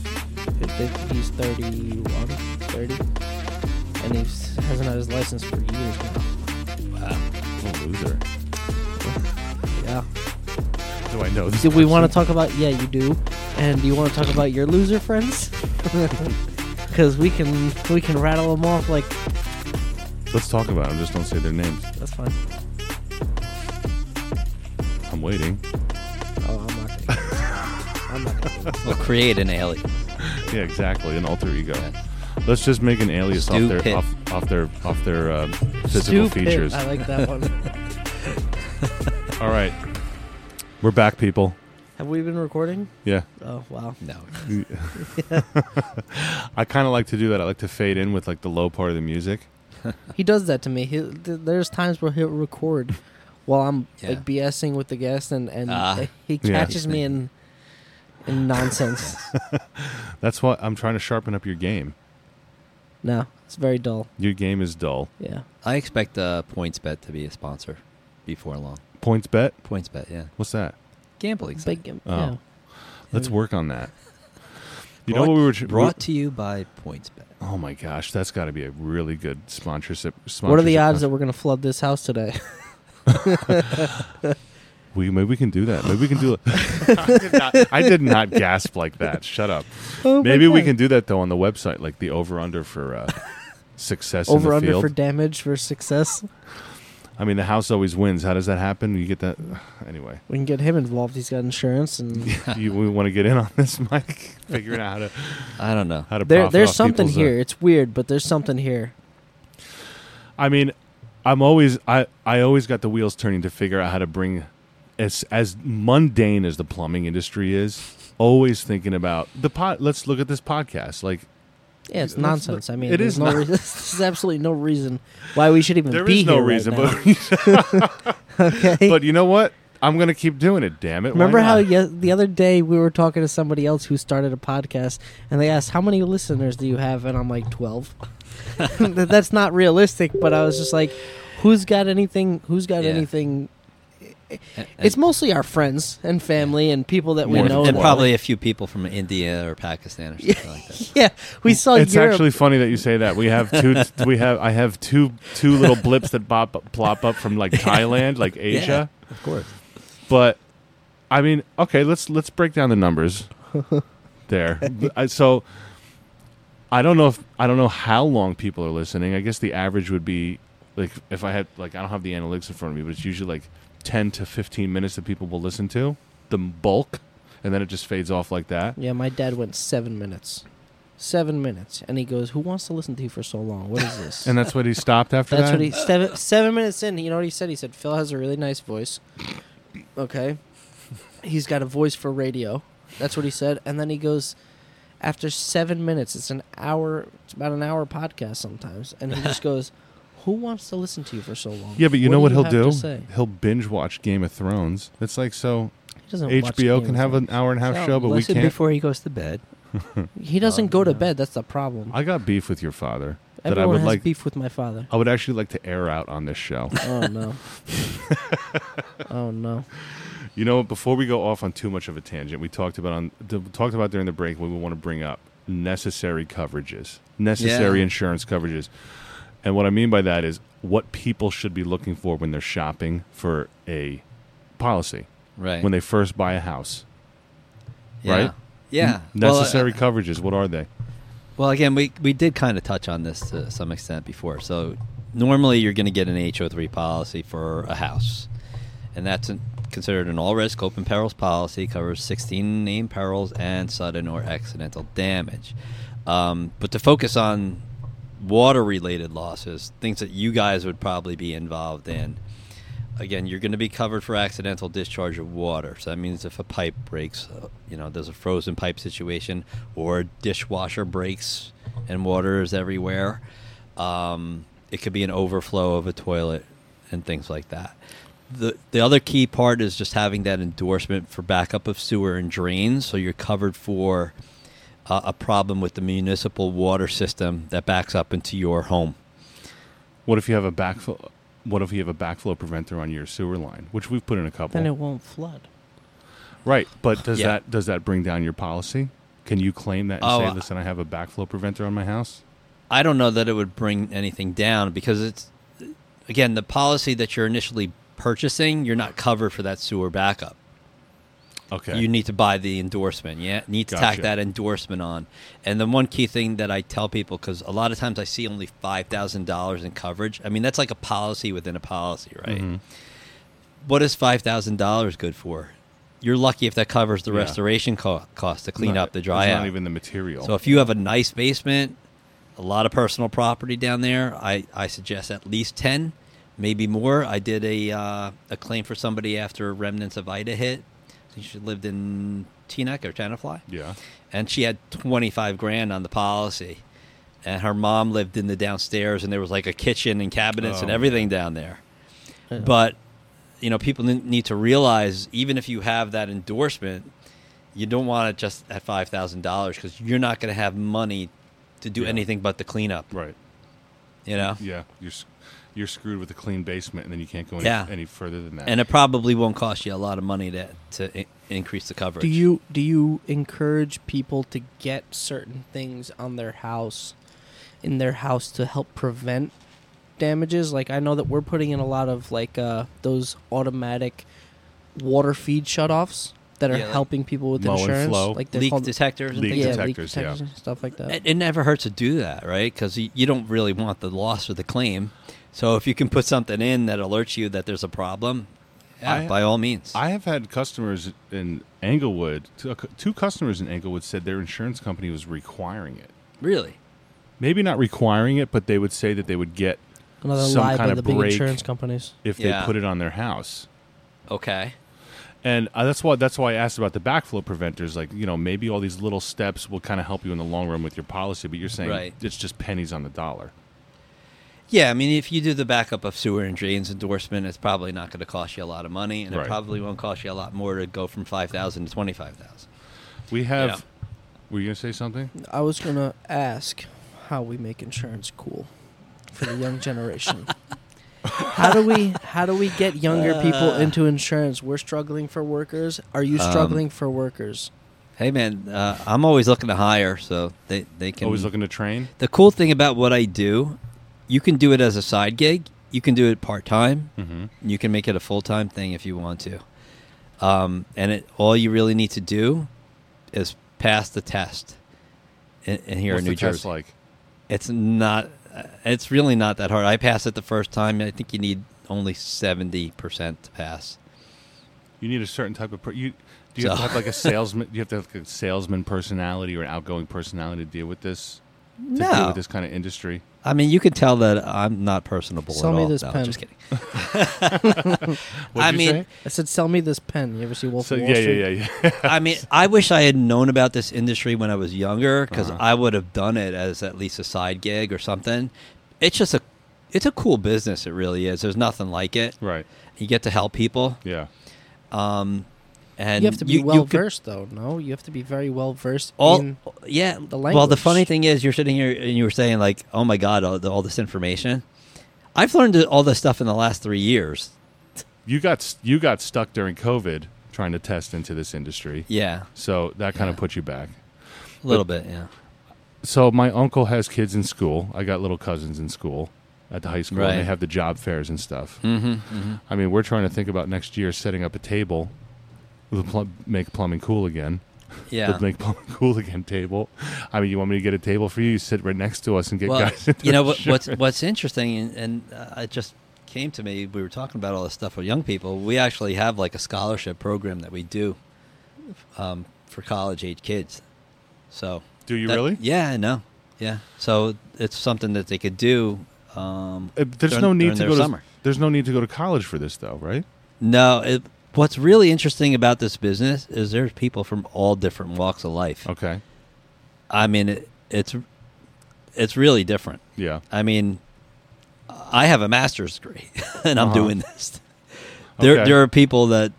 S2: if they, he's 31, 30, and he hasn't had his license for years now.
S1: wow, what a loser.
S2: Yeah.
S1: Do I know this?
S2: Do we want to
S1: person?
S2: talk about? Yeah, you do. And do you want to talk about your loser friends? Because we can we can rattle them off like
S1: Let's talk about them. Just don't say their names.
S2: that's fine.
S1: I'm waiting.
S2: Oh, I'm not. Gonna, I'm not. Gonna,
S3: Well, create an alias.
S1: Yeah, exactly. An alter ego.
S3: Yes.
S1: Let's just make an alias off
S3: Stupid.
S1: their off, off their off their um, physical
S2: Stupid.
S1: features.
S2: I like that one.
S1: All right, we're back, people.
S2: Have we been recording?
S1: Yeah,
S2: Oh wow.
S3: No.
S1: I kind of like to do that. I like to fade in with like the low part of the music.
S2: He does that to me. He, th- there's times where he'll record while I'm
S3: Yeah.
S2: like BSing with the guest, and and
S3: Ah.
S2: he
S1: Yeah.
S2: catches me in in nonsense.
S1: That's why I'm trying to sharpen up your game.
S2: no, it's very dull.
S1: Your game is dull.
S2: Yeah,
S3: I expect uh, PointsBet to be a sponsor before long.
S1: Points bet.
S3: PointsBet, yeah.
S1: What's that?
S3: Gambling. site.
S2: big.
S1: Oh.
S2: Yeah.
S1: Let's
S2: Yeah.
S1: work on that. You
S3: Brought-
S1: know what we were tr-
S3: brought to you by PointsBet.
S1: Oh my gosh, that's got to be a really good sponsorship. sponsorship
S2: What are the odds that
S1: contract.
S2: we're gonna flood this house today?
S1: we maybe we can do that? Maybe we can do it. I, did not, I did not gasp like that. Shut up.
S2: Oh my
S1: Maybe we
S2: God.
S1: can do that though on the website, like the over under for uh, success
S2: over
S1: in the
S2: under
S1: field.
S2: for damage versus success.
S1: I mean, the house always wins. How does that happen? You get that anyway.
S2: We can get him involved. He's got insurance, and
S1: you, we want to get in on this, Mike. Figuring out how to
S3: I don't know.
S1: how to
S2: there
S1: profit
S2: there's
S1: off
S2: something
S1: people's, uh,
S2: here. It's weird, but there's something here.
S1: I mean, I'm always I I always got the wheels turning to figure out how to bring as as mundane as the plumbing industry is. Always thinking about the pot. Let's look at this podcast. Like
S2: Yeah,
S1: Let's
S2: it's nonsense.
S1: look-
S2: I mean,
S1: it
S2: there's
S1: is
S2: no
S1: not-
S2: reason. There's absolutely no reason why we should even
S1: there
S2: be
S1: is no
S2: here right
S1: reason,
S2: now.
S1: but
S2: okay.
S1: but you know what? I'm gonna keep doing it. Damn it! Why
S2: Remember how
S1: not?
S2: ye- the other day we were talking to somebody else who started a podcast, and they asked how many listeners do you have, and I'm like twelve. That's not realistic, but I was just like, who's got anything? Who's got
S3: Yeah.
S2: anything?
S3: And-
S2: It's mostly our friends and family and people that we
S1: More
S3: and,
S2: know.
S1: than
S3: and
S2: that-
S3: probably a few people from India or Pakistan or something like that.
S2: yeah. We saw
S1: It's
S2: Europe.
S1: actually funny that you say that. We have two. we have. I have two. Two little blips that pop plop up from like Thailand, like Asia.
S3: Of course.
S1: But I mean, okay, let's let's break down the numbers there. I- so I don't know if I don't know how long people are listening. I guess the average would be like if I had like I don't have the analytics in front of me, but it's usually like 10 to 15 minutes that people will listen to the bulk and then it just fades off like that.
S2: yeah, my dad went seven minutes, seven minutes, and he goes, "Who wants to listen to you for so long? What is this?"
S1: And that's what he stopped after
S2: That's
S1: that.
S2: what he seven seven minutes in. You know what he said? He said Phil has a really nice voice. Okay, he's got a voice for radio. That's what he said. And then he goes after seven minutes. It's an hour. It's about an hour podcast sometimes. And he just goes, "Who wants to listen to you for so long?"
S1: yeah, but you know what
S2: do
S1: he'll
S2: have to
S1: do?
S2: say?
S1: He'll binge watch Game of Thrones. It's like so
S2: He doesn't watch
S1: HBO
S2: Game
S1: can
S2: of
S1: have an
S2: Thrones.
S1: hour and a half
S3: So,
S1: show, but we
S3: listen
S1: can't.
S3: before he goes to bed.
S2: He doesn't go to
S3: no.
S2: bed. That's the problem.
S1: I got beef with your father that
S2: Everyone
S1: I would
S2: has
S1: like
S2: beef with my father.
S1: I would actually like to air out on this show.
S2: Oh no. oh no.
S1: you know, before we go off on too much of a tangent, we talked about on d- talked about during the break what we want to bring up necessary coverages, necessary
S3: Yeah.
S1: insurance coverages, and what I mean by that is what people should be looking for when they're shopping for a policy
S3: Right.
S1: when they first buy a house.
S3: yeah.
S1: right?
S3: Yeah. Well,
S1: Necessary
S2: uh,
S1: coverages. What are they?
S3: Well, again, we, we did kind of touch on this to some extent before. So, normally you're going to get an HO3 policy for a house, and that's an, considered an all risk open perils policy, covers 16 named perils and sudden or accidental damage. Um, but to focus on water related losses, things that you guys would probably be involved in. Again, you're going to be covered for accidental discharge of water. So that means if a pipe breaks, uh, you know, there's a frozen pipe situation, or a dishwasher breaks and water is everywhere. Um, it could be an overflow of a toilet and things like that. The the other key part is just having that endorsement for backup of sewer and drains, so you're covered for uh, a problem with the municipal water system that backs up into your home.
S1: What if you have a backflow? What if you have a backflow preventer on your sewer line, which we've put in a couple?
S2: Then it won't flood.
S1: right, but does
S3: Yeah.
S1: that does that bring down your policy? Can you claim that and
S3: Oh,
S1: say,
S3: I-
S1: "Listen, I have a backflow preventer on my house"?
S3: I don't know that it would bring anything down because it's again the policy that you're initially purchasing, you're not covered for that sewer backup.
S1: Okay,
S3: You need to buy the endorsement. Yeah, need to
S1: Gotcha.
S3: tack that endorsement on. And the one key thing that I tell people because a lot of times I see only five thousand dollars in coverage. I mean that's like a policy within a policy, right?
S1: Mhm.
S3: What is five thousand dollars good for? You're lucky if that covers the
S1: Yeah.
S3: restoration co- cost to clean
S1: Not-
S3: up the dry
S1: it's
S3: out.
S1: Not even the material.
S3: So if you have a nice basement, a lot of personal property down there, I, I suggest at least 10, maybe more. I did a, uh, a claim for somebody after remnants of Ida hit. I think she lived in Teaneck or Tenafly.
S1: yeah,
S3: And she had 25 grand on the policy. And her mom lived in the downstairs and there was like a kitchen and cabinets and
S1: Oh,
S3: everything down there. But, you know, people n- need to realize even if you have that endorsement, you don't want it just at five thousand dollars because you're not going to have money to do
S1: Yeah.
S3: anything but the cleanup.
S1: right.
S3: You know,
S1: Yeah, you're s- you're screwed with a clean basement, and then you can't go any,
S3: Yeah.
S1: any further than that.
S3: and it probably won't cost you a lot of money to to I- increase the coverage.
S2: Do you do you encourage people to get certain things on their house in their house to help prevent damages? Like I know that we're putting in a lot of like uh those automatic water feed shutoffs that are
S3: Yeah, like
S2: helping people with
S1: mow and
S2: insurance.
S1: flow.
S2: Like they're
S3: leak
S2: called
S3: detectors and
S1: Leak
S3: things?
S2: yeah,
S3: like
S2: leak
S1: detectors, yeah.
S2: detectors and stuff like that.
S3: It, it never hurts to do that, right? Because you, you don't really want the loss or the claim. So if you can put something in that alerts you that there's a problem, yeah,
S1: I-
S3: by all means.
S1: I have had customers in Englewood. Two two customers in Englewood said their insurance company was requiring it.
S3: really?
S1: Maybe not requiring it, but they would say that they would get
S2: Another
S1: some
S2: lie
S1: kind
S2: by
S1: of
S2: the big
S1: break.
S2: insurance companies.
S1: if
S3: Yeah.
S1: they put it on their house.
S3: Okay.
S1: And uh, that's why that's why I asked about the backflow preventers. Like, you know, maybe all these little steps will kind of help you in the long run with your policy, but you're saying
S3: Right.
S1: it's just pennies on the dollar.
S3: Yeah, I mean, if you do the backup of sewer and drains endorsement, it's probably not going to cost you a lot of money, and
S1: Right.
S3: it probably won't cost you a lot more to go from five thousand to twenty five thousand.
S1: We have.
S3: Yeah.
S1: Were you gonna say something?
S2: I was gonna ask how we make insurance cool for the young generation. how do we how do we get younger people
S1: Uh.
S2: into insurance? We're struggling for workers. Are you
S1: Um,
S2: struggling for workers?
S3: Hey, man, uh, I'm always looking to hire, so they they can
S1: Always looking to train.
S3: The cool thing about what I do, you can do it as a side gig, you can do it part time,
S1: Mm-hmm.
S3: you can make it a full time thing if you want to, um, and it, all you really need to do is pass the test. In, in here
S1: What's
S3: in
S1: the
S3: New Jersey,
S1: test like?
S3: it's not uh, it's really not that hard i passed it the first time i think you need only 70% to pass
S1: You need a certain type of per- you. Do you have
S3: So-
S1: to have like a salesman? Do you have to have like a salesman personality or an outgoing personality to deal with this? To deal
S3: No.
S1: with this kind of industry.
S3: i mean you can tell that i'm not personable
S2: Sell
S3: at
S2: me
S3: all
S2: this
S3: no,
S2: pen.
S3: just kidding
S1: What'd
S3: I
S1: you
S3: mean,
S1: say?
S2: I said, sell me this pen. You ever see Wolf
S1: So,
S2: of Wall
S1: yeah,
S2: Street?
S1: yeah, yeah, yeah.
S3: i mean i wish i had known about this industry when i was younger because
S1: Uh-huh.
S3: i would have done it as at least a side gig or something it's just a it's a cool business it really is there's nothing like it
S1: right.
S3: you get to help people
S1: Yeah.
S3: um and
S2: You have to be
S3: could-
S2: well versed, though. No, you have to be very well versed.
S3: all
S2: in,
S3: yeah
S2: the
S3: well the
S2: language.
S3: funny thing is you're sitting here and you were saying like oh my god all, all this information i've learned all this stuff in the last three years
S1: You got s- you got stuck during COVID trying to test into this industry.
S3: yeah
S1: So that kind of put you back.
S3: a little bit yeah
S1: So my uncle has kids in school. I got little cousins in school at the high school, and they
S3: Right.
S1: have the job fairs and stuff.
S3: mm-hmm,
S1: I mean, we're trying to think about next year setting up a table, the plum make plumbing cool again.
S3: yeah
S1: The make plumbing cool again table. I mean, you want me to get a table for you? You sit right next to us and get
S3: well
S1: guys. into
S3: you know what,
S1: insurance.
S3: what's what's interesting and, and uh, it just came to me we were talking about all this stuff with young people we actually have like a scholarship program that we do um, for college age kids so
S1: Do you
S3: that-
S1: really?
S3: yeah i know yeah so it's something that they could do um,
S1: Uh, There's
S3: during-
S1: no
S3: during
S1: need to
S3: their
S1: go to
S3: summer.
S1: there's no need to go to college for this though, right?
S3: No, it, what's really interesting about this business is there's people from all different walks of life.
S1: Okay.
S3: I mean, it, it's it's really different.
S1: Yeah.
S3: I mean, I have a master's degree and I'm
S1: Uh-huh.
S3: doing this. There,
S1: Okay.
S3: there are people that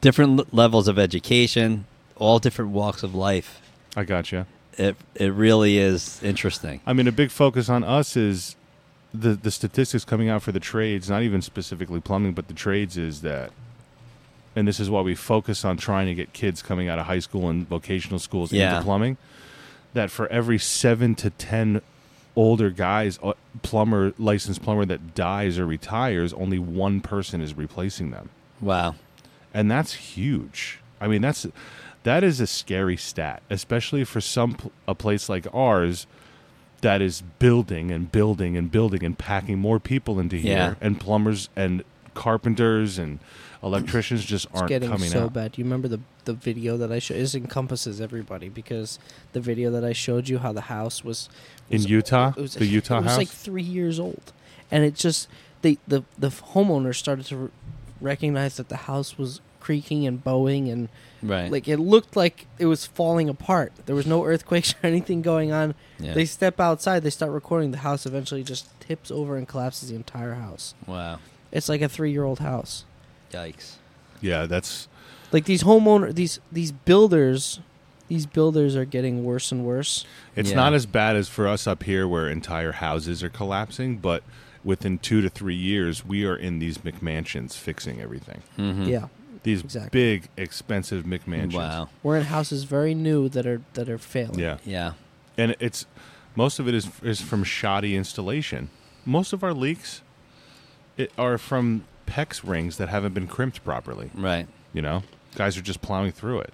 S3: different l- levels of education, all different walks of life.
S1: I gotcha.
S3: It, it really is interesting.
S1: I mean, a big focus on us is the the statistics coming out for the trades, not even specifically plumbing, but the trades is that, and this is why we focus on trying to get kids coming out of high school and vocational schools
S3: Yeah.
S1: into plumbing. That for every seven to ten older guys, uh, plumber, licensed plumber that dies or retires, only one person is replacing them,
S3: Wow.
S1: and that's huge. I mean, that's that is a scary stat, especially for some pl- a place like ours that is building and building and building and packing more people into here
S3: Yeah.
S1: and plumbers and carpenters and electricians just
S2: It's
S1: aren't
S2: getting
S1: coming
S2: so
S1: out.
S2: bad. You remember the the video that I showed? This encompasses everybody because the video that I showed you how the house was
S1: In
S2: was-
S1: Utah?
S2: It was,
S1: The Utah
S2: it was
S1: house?
S2: like three years old, and it just they the the homeowners started to re- recognize that the house was creaking and bowing and
S3: Right.
S2: like it looked like it was falling apart. There was no earthquakes or anything going on.
S3: Yeah.
S2: They step outside, they start recording. The house eventually just tips over and collapses the entire house.
S3: wow.
S2: It's like a three year old house.
S3: Yikes.
S1: Yeah, that's
S2: Like these homeowner, these these builders, these builders are getting worse and worse.
S1: it's
S3: Yeah.
S1: not as bad as for us up here where entire houses are collapsing, but within 2 to 3 years we are in these McMansions fixing everything.
S3: Mhm.
S2: Yeah,
S1: These
S2: Exactly.
S1: big expensive McMansions.
S3: Wow.
S2: we're in houses very new that are that are failing.
S1: Yeah.
S3: Yeah.
S1: and it's most of it is is from shoddy installation. Most of our leaks it, are from PEX rings that haven't been crimped properly.
S3: Right.
S1: You know, guys are just plowing through it.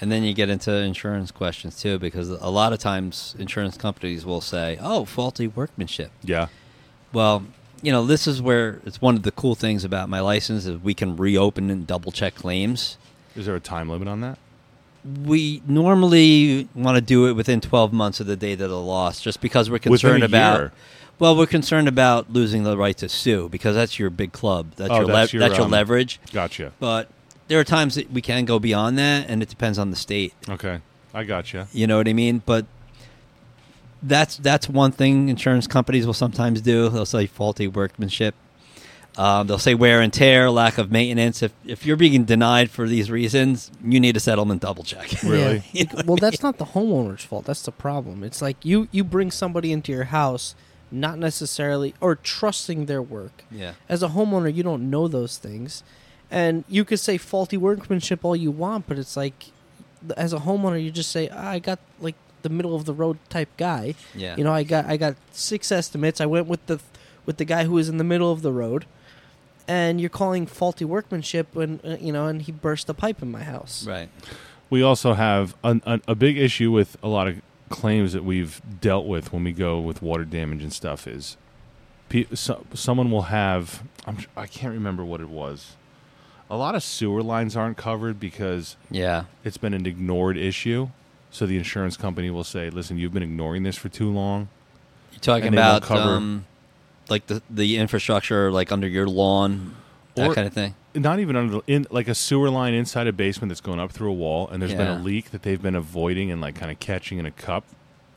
S3: And then you get into insurance questions too, because a lot of times insurance companies will say, "Oh, faulty workmanship."
S1: Yeah,
S3: Well, you know, this is where it's one of the cool things about my license is we can reopen and double check claims.
S1: is there a time limit on that?
S3: We normally want to do it within 12 months of the date of the loss, just because we're
S1: Within a
S3: concerned about.
S1: year.
S3: Well, we're concerned about losing the right to sue because that's your big club. That's
S1: Oh,
S3: your
S1: that's
S3: that's,
S1: your,
S3: that's your
S1: um,
S3: leverage.
S1: Gotcha.
S3: But there are times that we can go beyond that, and it depends on the state.
S1: Okay, I gotcha.
S3: You know what I mean? But that's that's one thing insurance companies will sometimes do. They'll say faulty workmanship. Um, they'll say wear and tear, lack of maintenance. If if you're being denied for these reasons, you need a settlement double check.
S1: Really?
S3: You know what I
S2: well, that's not the homeowner's fault. That's the problem. It's like you you bring somebody into your house, not necessarily or trusting their work.
S3: yeah.
S2: As a homeowner, you don't know those things, and you could say faulty workmanship all you want, but it's like, th- as a homeowner, you just say "Ah, I got like the middle of the road type guy.
S3: Yeah.
S2: You know, I got I got six estimates. I went with the with the guy who was in the middle of the road, and you're calling faulty workmanship when uh, you know, and he burst a pipe in my house.
S3: Right.
S1: We also have an, an, a big issue with a lot of claims that we've dealt with when we go with water damage and stuff is pe- so, someone will have I'm, tr- I can't remember what it was. A lot of sewer lines aren't covered because
S3: Yeah.
S1: it's been an ignored issue. So the insurance company will say, "Listen, you've been ignoring this for too long."
S3: You're talking
S1: And they won't
S3: about
S1: cover-
S3: um, like the the infrastructure, like under your lawn, that
S1: Or-
S3: kind of thing.
S1: Not even under the, in like a sewer line inside a basement that's going up through a wall, and there's been
S3: Yeah.
S1: a leak that they've been avoiding and like kind of catching in a cup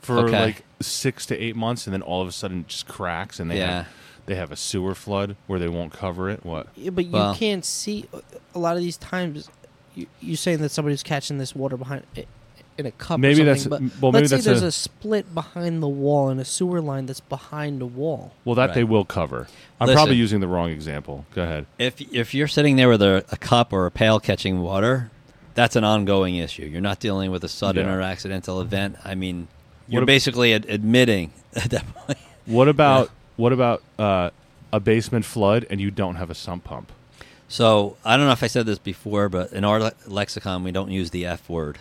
S1: for
S3: Okay.
S1: like six to eight months, and then all of a sudden it just cracks, and they
S3: Yeah.
S1: have, they have a sewer flood where they won't cover it. What?
S2: Yeah, but
S3: Well-
S2: you can't see a lot of these times. You, you're saying that somebody's catching this water behind in a cup.
S1: Maybe
S2: or
S1: that's-
S2: something, but
S1: well, maybe
S2: let's
S1: that's
S2: say there's
S1: a-
S2: a, split behind the wall and a sewer line that's behind the wall.
S1: Well, that
S3: Right.
S1: they will cover. I'm
S3: Listen.
S1: probably using the wrong example. Go ahead.
S3: If if you're sitting there with a, a cup or a pail catching water, that's an ongoing issue. You're not dealing with a sudden
S1: Yeah.
S3: or accidental event. I mean,
S1: What
S3: you're
S1: ab-
S3: basically ad- admitting at that point.
S1: What about what about uh, a basement flood and you don't have a sump pump?
S3: So I don't know if I said this before, but in our le- lexicon, we don't use the F word,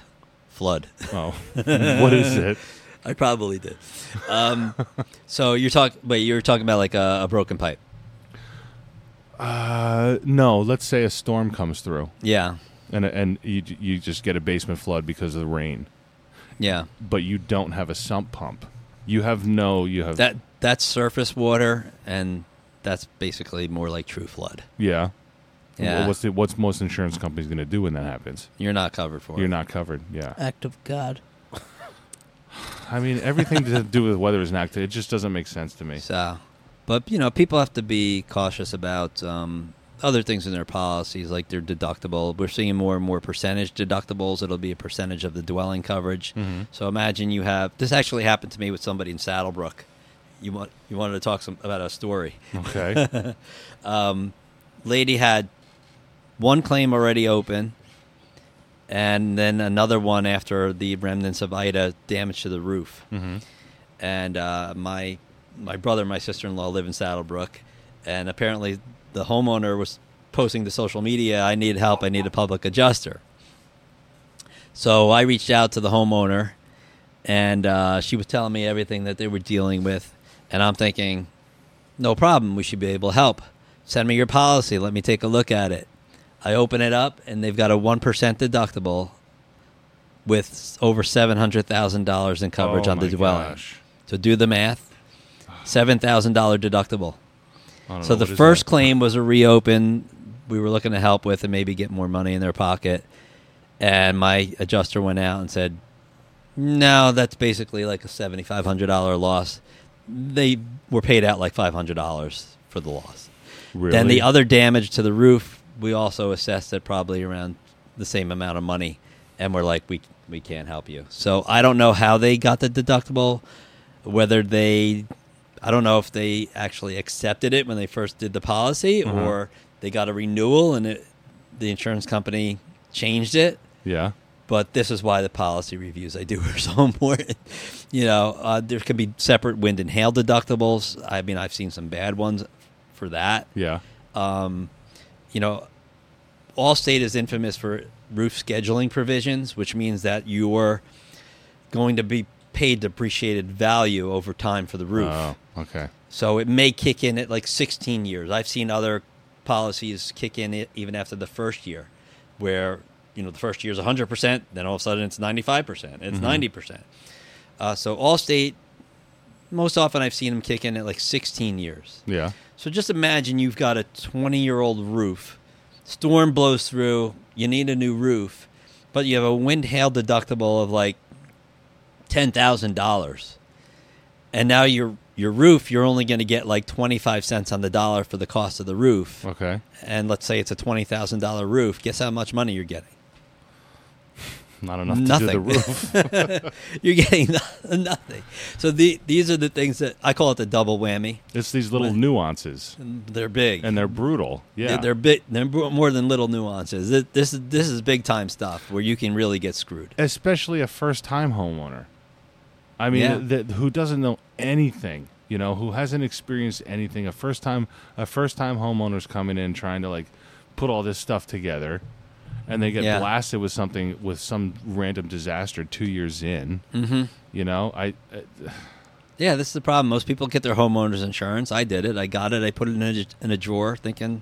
S3: flood.
S1: Oh, what is it?
S3: I probably did. Um, so you're talking, but you're talking about like a, a broken pipe.
S1: Uh, no, let's say a storm comes through
S3: Yeah,
S1: and and you you just get a basement flood because of the rain,
S3: yeah.
S1: but you don't have a sump pump. You have no you have
S3: That that's surface water, and that's basically more like true flood.
S1: yeah.
S3: Yeah,
S1: What's the, what's most insurance companies going to do when that happens?
S3: you're not covered for
S1: You're
S3: it.
S1: not covered. Yeah.
S2: Act of God.
S1: I mean, everything to do with weather is an act. It just doesn't make sense to me.
S3: So But you know, people have to be cautious about um, other things in their policies, like their deductible. We're seeing more and more percentage deductibles. It'll be a percentage of the dwelling coverage.
S1: Mhm.
S3: So imagine you have this actually happened to me with somebody in Saddlebrook. You want you wanted to talk some about a story.
S1: Okay.
S3: um, lady had one claim already open, and then another one after the remnants of Ida damage to the roof
S1: hmm
S3: and uh, my my brother and my sister in law live in Saddlebrook, and apparently the homeowner was posting to social media, "I need help. I need a public adjuster." So I reached out to the homeowner, and uh, she was telling me everything that they were dealing with, and I'm thinking, "No problem. We should be able to help. Send me your policy. Let me take a look at it." I open it up, and they've got a one percent deductible with s- over seven hundred thousand dollars in coverage
S1: Oh
S3: on the
S1: my
S3: dwelling.
S1: gosh.
S3: So do the math. Seven thousand dollar deductible.
S1: I don't
S3: So
S1: know,
S3: the
S1: what is
S3: first
S1: that?
S3: claim was a reopen. We were looking to help with and maybe get more money in their pocket. And my adjuster went out and said, "No, that's basically like a seventy five hundred dollar loss. They were paid out like five hundred dollars for the loss. Then
S1: Really?
S3: the other damage to the roof, we also assessed at probably around the same amount of money, and we're like, we we can't help you. So I don't know how they got the deductible, whether they, I don't know if they actually accepted it when they first did the policy,
S1: Mhm.
S3: or they got a renewal and it, the insurance company changed it
S1: Yeah.
S3: but this is why the policy reviews I do are so important. You know, uh, there could be separate wind and hail deductibles. I mean, I've seen some bad ones for that.
S1: Yeah.
S3: Um, you know, Allstate is infamous for roof scheduling provisions, which means that you're going to be paid depreciated value over time for the roof.
S1: Oh, okay.
S3: So it may kick in at like 16 years. I've seen other policies kick in it even after the first year, where you know the first year is 100 percent, then all of a sudden it's 95 percent, it's 90 percent. Uh, so Allstate, most often I've seen them kick in at like 16 years.
S1: Yeah.
S3: So just imagine you've got a 20 year old roof, storm blows through, you need a new roof, but you have a wind hail deductible of like $10,000. And now your your roof, you're only going to get like 25 cents on the dollar for the cost of the roof.
S1: Okay.
S3: And let's say it's a $20,000 roof, guess how much money you're getting?
S1: Not enough to do the
S3: Nothing.
S1: roof.
S3: You're getting nothing. So the, these are the things that I call it the double whammy.
S1: it's these little nuances,
S3: They're big.
S1: and they're brutal. Yeah.
S3: They're, they're bit. They're mo- more than little nuances. Th- This is this is big time stuff where you can really get screwed.
S1: especially a first time homeowner. I mean,
S3: Yeah.
S1: th- who doesn't know anything, you know, who hasn't experienced anything. A first time, a first time homeowner's coming in trying to like put all this stuff together, and they get
S3: Yeah.
S1: blasted with something with some random disaster two years in. Mm-hmm. You know, I, uh, I
S3: Yeah, this is the problem. Most people get their homeowners insurance. I did it. I got it. I put it in a, in a drawer, thinking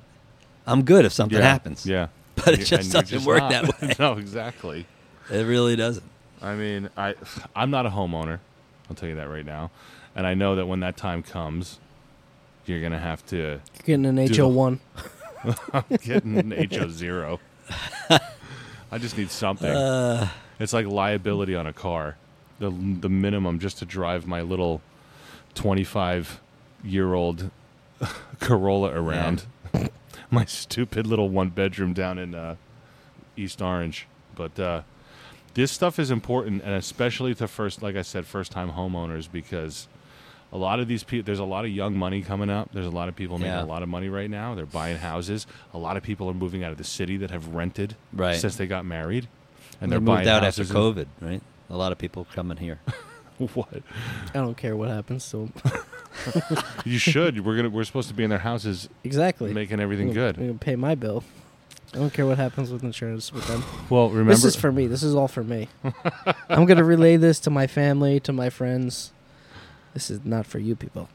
S3: I'm good if something
S1: yeah,
S3: happens.
S1: Yeah,
S3: But it
S1: You-
S3: just
S1: and you're
S3: doesn't work
S1: not.
S3: that way.
S1: no, exactly.
S3: it really doesn't.
S1: I mean, I I'm not a homeowner. I'll tell you that right now, and I know that when that time comes, you're gonna have to
S2: You're getting an
S1: the-
S2: HO one.
S1: getting an HO zero. I just need something. it's like liability on a car. The the minimum just to drive my little twenty five year old Corolla around. my stupid little one bedroom down in uh, East Orange. But uh, this stuff is important, and especially to first, like I said, first time homeowners because. A lot of these people, there's a lot of young money coming up. There's a lot of people making
S3: Yeah.
S1: a lot of money right now. They're buying houses. A lot of people are moving out of the city that have rented
S3: Right.
S1: since they got married, and
S3: They
S1: they're
S3: moved
S1: buying
S3: out after
S1: houses in-
S3: COVID, right? A lot of people coming here.
S1: what?
S2: I don't care what happens to 'em.
S1: You should. We're gonna. We're supposed to be in their houses,
S2: exactly.
S1: making everything
S2: I'm gonna- I'm
S1: good.
S2: gonna pay my bill. I don't care what happens with insurance with them.
S1: Well, remember.
S2: This is for me. This is all for me. I'm gonna relay this to my family, to my friends. This is not for you people.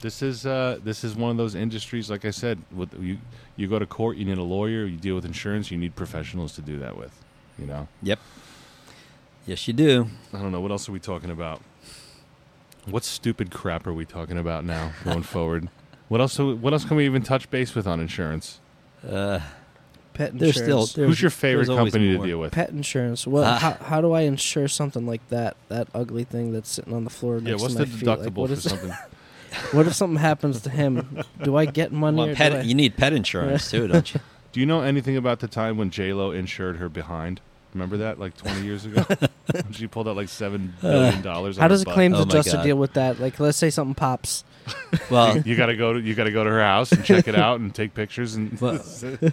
S1: This is uh, this is one of those industries. Like I said, with you, you go to court, you need a lawyer. You deal with insurance, you need professionals to do that with. You know,
S3: yep. Yes, you do.
S1: I don't know what else are we talking about. What stupid crap are we talking about now going forward? What else? What else can we even touch base with on insurance?
S3: Uh,
S2: Pet
S3: There's
S2: insurance.
S3: still-
S1: Who's your favorite
S3: there's always
S1: company to
S3: more.
S1: deal with?
S2: pet insurance. Well,
S3: Ah.
S2: how, how do I insure something like that? That ugly thing that's sitting on the floor.
S1: yeah,
S2: next
S1: what's
S2: to
S1: the
S2: my feet? Like,
S1: deductible
S2: what
S1: for
S2: is-
S1: something?
S2: What if something happens to him? Do I get money?
S3: Well,
S2: or
S3: pet-
S2: do I-
S3: you need pet insurance too, don't you?
S1: Do you know anything about the time when J Lo insured her behind? Remember that, like twenty years ago, When she pulled out like seven billion dollars. on
S2: How
S1: her
S2: does a
S1: butt.
S2: claims
S3: Oh my
S2: adjuster
S3: God.
S2: deal with that? Like, let's say something pops.
S3: Well,
S1: You gotta go to you gotta go to her house and check it out and take pictures and.
S3: Well-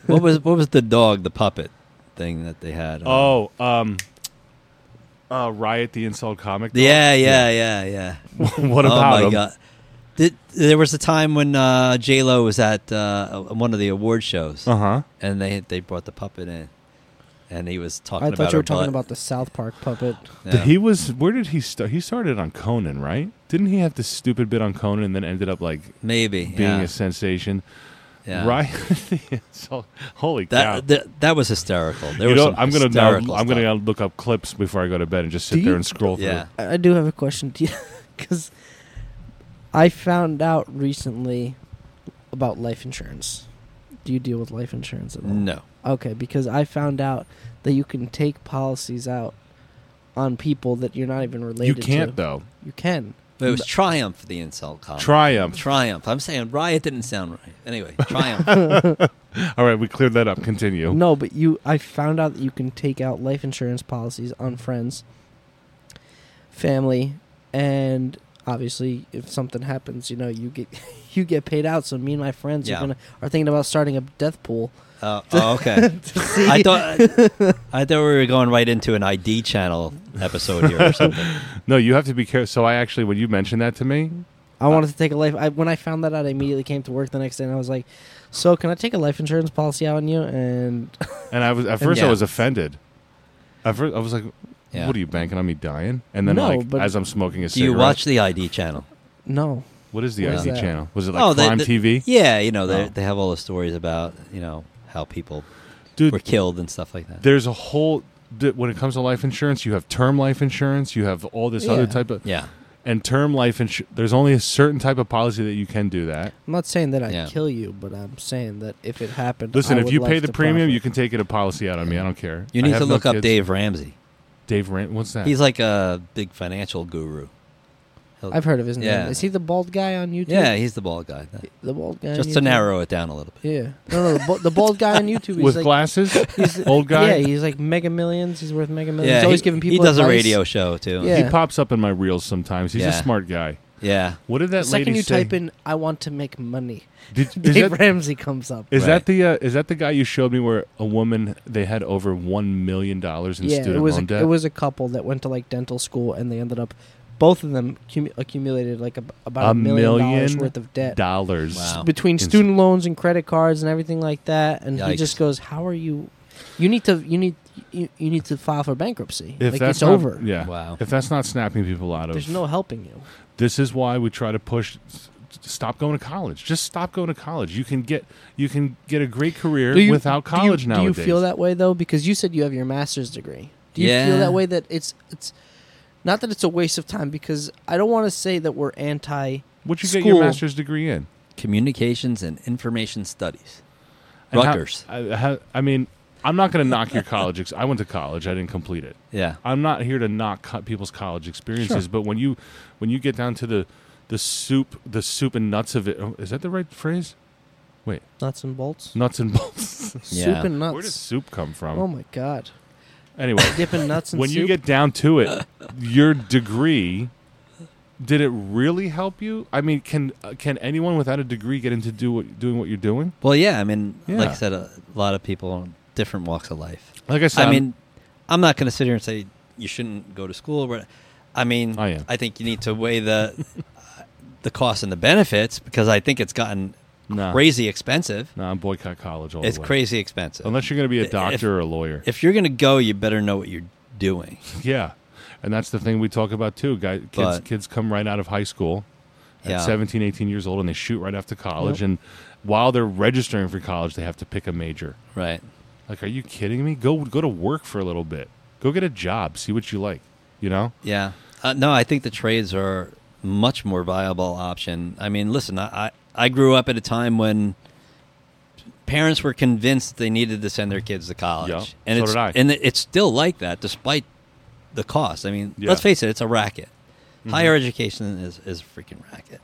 S3: what was what was the dog, the puppet thing that they had? on?
S1: oh, um, uh, riot the insult comic. dog?
S3: yeah, yeah, yeah, yeah.
S1: what about
S3: oh my
S1: him?
S3: god! Did, there was a time when uh, J Lo was at uh, one of the award shows,
S1: Uh huh.
S3: and they they brought the puppet in, and he was talking.
S2: I
S3: about
S2: thought you were
S3: her
S2: talking
S3: butt.
S2: about the South Park puppet.
S3: Yeah.
S1: He was. Where did he start? He started on Conan, right? Didn't he have this stupid bit on Conan and then ended up like
S3: Maybe
S1: being
S3: yeah,
S1: a sensation?
S3: yeah.
S1: Riot the insult. Holy cow!
S3: That, that that was hysterical. There
S1: you
S3: was
S1: know,
S3: some
S1: I'm gonna now,
S3: hysterical
S1: I'm gonna
S3: stuff.
S1: look up clips before I go to bed and just
S2: Do
S1: sit there
S2: you-
S1: and scroll
S3: yeah.
S2: I I do have a question to you because I found out recently about life insurance. Do you deal with life insurance at all?
S3: No.
S2: Okay, because I found out that you can take policies out on people that you're not even
S1: through.
S2: related
S1: You
S2: to.
S1: can't though.
S2: You can.
S3: It was Triumph, the insult comic.
S1: Triumph.
S3: Triumph. I'm saying Riot didn't sound right. Anyway, Triumph.
S1: All right, we cleared that up. Continue.
S2: No, but you. I found out that you can take out life insurance policies on friends, family, and obviously, if something happens, you know, you get you get paid out. So me and my friends
S3: Yeah.
S2: are gonna are thinking about starting a death pool.
S3: Oh, oh, okay.
S2: To see,
S3: I thought I thought we were going right into an ID channel episode here or something.
S1: No, you have to be careful. So I actually, when you mentioned that to me,
S2: I wanted to take a life. I, when I found that out, I immediately came to work the next day, and I was like, "So, can I take a life insurance policy out on you?" And
S1: and I was at first I
S3: yeah.
S1: was offended. At first, I was like,
S3: Yeah.
S1: "What are you banking on me dying?" And then,
S2: No,
S1: like,
S2: but-
S1: as I'm smoking a
S3: Do you
S1: cigarette,
S3: watch the ID channel?
S2: no,
S1: what is the
S2: What is
S1: ID
S2: that?
S1: channel? Was it like
S3: Oh, they-
S1: Crime
S3: they-
S1: TV?
S3: Yeah, you know they
S1: Oh.
S3: they have all the stories about you know how people
S1: Dude,
S3: were killed and stuff like that.
S1: there's a whole. th- When it comes to life insurance, you have term life insurance. You have all this other
S2: Yeah.
S1: type of
S3: Yeah,
S1: and term life insurance. There's only a certain type of policy that you can do that.
S2: I'm not saying that I
S3: Yeah.
S2: kill you, but I'm saying that if it happened,
S1: Listen,
S2: I
S1: if
S2: would
S1: you
S2: like
S1: pay the
S2: to
S1: premium,
S2: profit.
S1: you can take it a policy out on me. I don't care.
S3: you
S1: I
S3: need
S1: have
S3: to
S1: no
S3: look up
S1: kids.
S3: Dave Ramsey.
S1: Dave Rand. What's that?
S3: He's like a big financial guru. He'll-
S2: I've heard of his name.
S3: Yeah.
S2: Is he the bald guy on YouTube?
S3: yeah, he's the bald guy.
S2: the bald guy.
S3: Just
S2: on
S3: to
S2: YouTube?
S3: narrow it down a little bit.
S2: Yeah, no, no, the, bald, the bald guy on YouTube. He's
S1: with
S2: like,
S1: glasses, old guy.
S2: Yeah, he's like mega millions. He's worth mega millions.
S3: Yeah,
S2: he's always
S3: he,
S2: giving
S3: he
S2: people.
S3: does a
S2: advice.
S3: radio show too.
S2: Yeah.
S1: He pops up in my reels sometimes. He's a
S3: Yeah.
S1: smart guy.
S3: yeah.
S1: What did that
S2: The second
S1: lady
S2: you
S1: say?
S2: type in, "I want to make money,"
S1: Did, is
S2: Dave
S1: that,
S2: Ramsey comes up.
S1: is that
S3: Right.
S1: the uh, is that the guy you showed me where a woman they had over one million dollars in
S2: yeah,
S1: student
S2: it was
S1: loan
S2: a,
S1: debt?
S2: it was a couple that went to like dental school and they ended up both of them cum- accumulated like ab about
S1: A
S2: a million, dollars
S1: million
S2: worth of debt
S1: dollars.
S3: Wow.
S2: between
S1: Ins-
S2: student loans and credit cards and everything like that and he
S3: Yikes.
S2: just goes how are you you need to you need you, you need to file for bankruptcy
S1: If
S2: like
S1: that's
S2: it's
S1: not-
S2: over
S1: Yeah.
S3: Wow.
S1: If that's not snapping people out of,
S2: there's no helping you
S1: this is why we try to push. s- Stop going to college. Just stop going to college. You can get you can get a great career
S2: Do you-
S1: without
S2: do you-
S1: college
S2: do you,
S1: nowadays.
S2: feel that way though because you said you have your master's degree do you feel
S3: Yeah.
S2: that way that it's it's not that it's a waste of time because i don't want to say that we're anti
S1: What'd you get your
S2: School.
S1: master's degree in?
S3: Communications and Information Studies.
S1: And how-
S3: Rutgers.
S1: I, how- I mean, I'm not going to knock your college. Ex- I went to college. I didn't complete it.
S3: Yeah.
S1: I'm not here to knock co- people's college experiences, but when you when you get down to the the soup, the soup and nuts of it, oh, is that the right phrase?
S2: nuts and bolts
S1: Nuts and bolts.
S3: Yeah.
S2: soup and nuts
S1: Where does soup come from?
S2: Oh my god!
S1: anyway,
S2: Dipping nuts in
S1: when
S2: soup.
S1: you get down to it, your degree did it really help you? I mean, can uh, can anyone without a degree get into do what, doing what you're doing?
S3: Well, yeah. I mean, like
S1: Yeah.
S3: I said, a lot of people, different walks of life.
S1: Like I said,
S3: I
S1: I'm-
S3: mean, I'm not going to sit here and say you shouldn't go to school. But I mean,
S1: I am.
S3: think you need to weigh the the costs and the benefits because I think it's gotten
S1: Nah.
S3: crazy expensive.
S1: no, I'm boycott college all
S3: It's
S1: the way.
S3: crazy expensive.
S1: Unless you're going to be a
S3: If-
S1: doctor or a lawyer.
S3: if you're going to go, you better know what you're doing.
S1: Yeah, and that's the thing we talk about too. Guys, kids,
S3: But-
S1: kids come right out of high school at
S3: Yeah.
S1: seventeen, eighteen 17, 18 years old, and they shoot right after college.
S2: Yep.
S1: And while they're registering for college, they have to pick a major.
S3: Right.
S1: Like, are you kidding me? Go go to work for a little bit. Go get a job. See what you like. You know.
S3: Yeah. Uh, no, I think the trades are much more viable option. I mean, listen, I, I, I grew up at a time when parents were convinced they needed to send their kids to college.
S1: Yeah,
S3: and
S1: so
S3: it's,
S1: did I.
S3: And it- it's still like that despite the cost. I
S1: Yeah.
S3: mean,
S1: Mm-hmm.
S3: let's face it, it's a racket. Higher education is, is a freaking racket.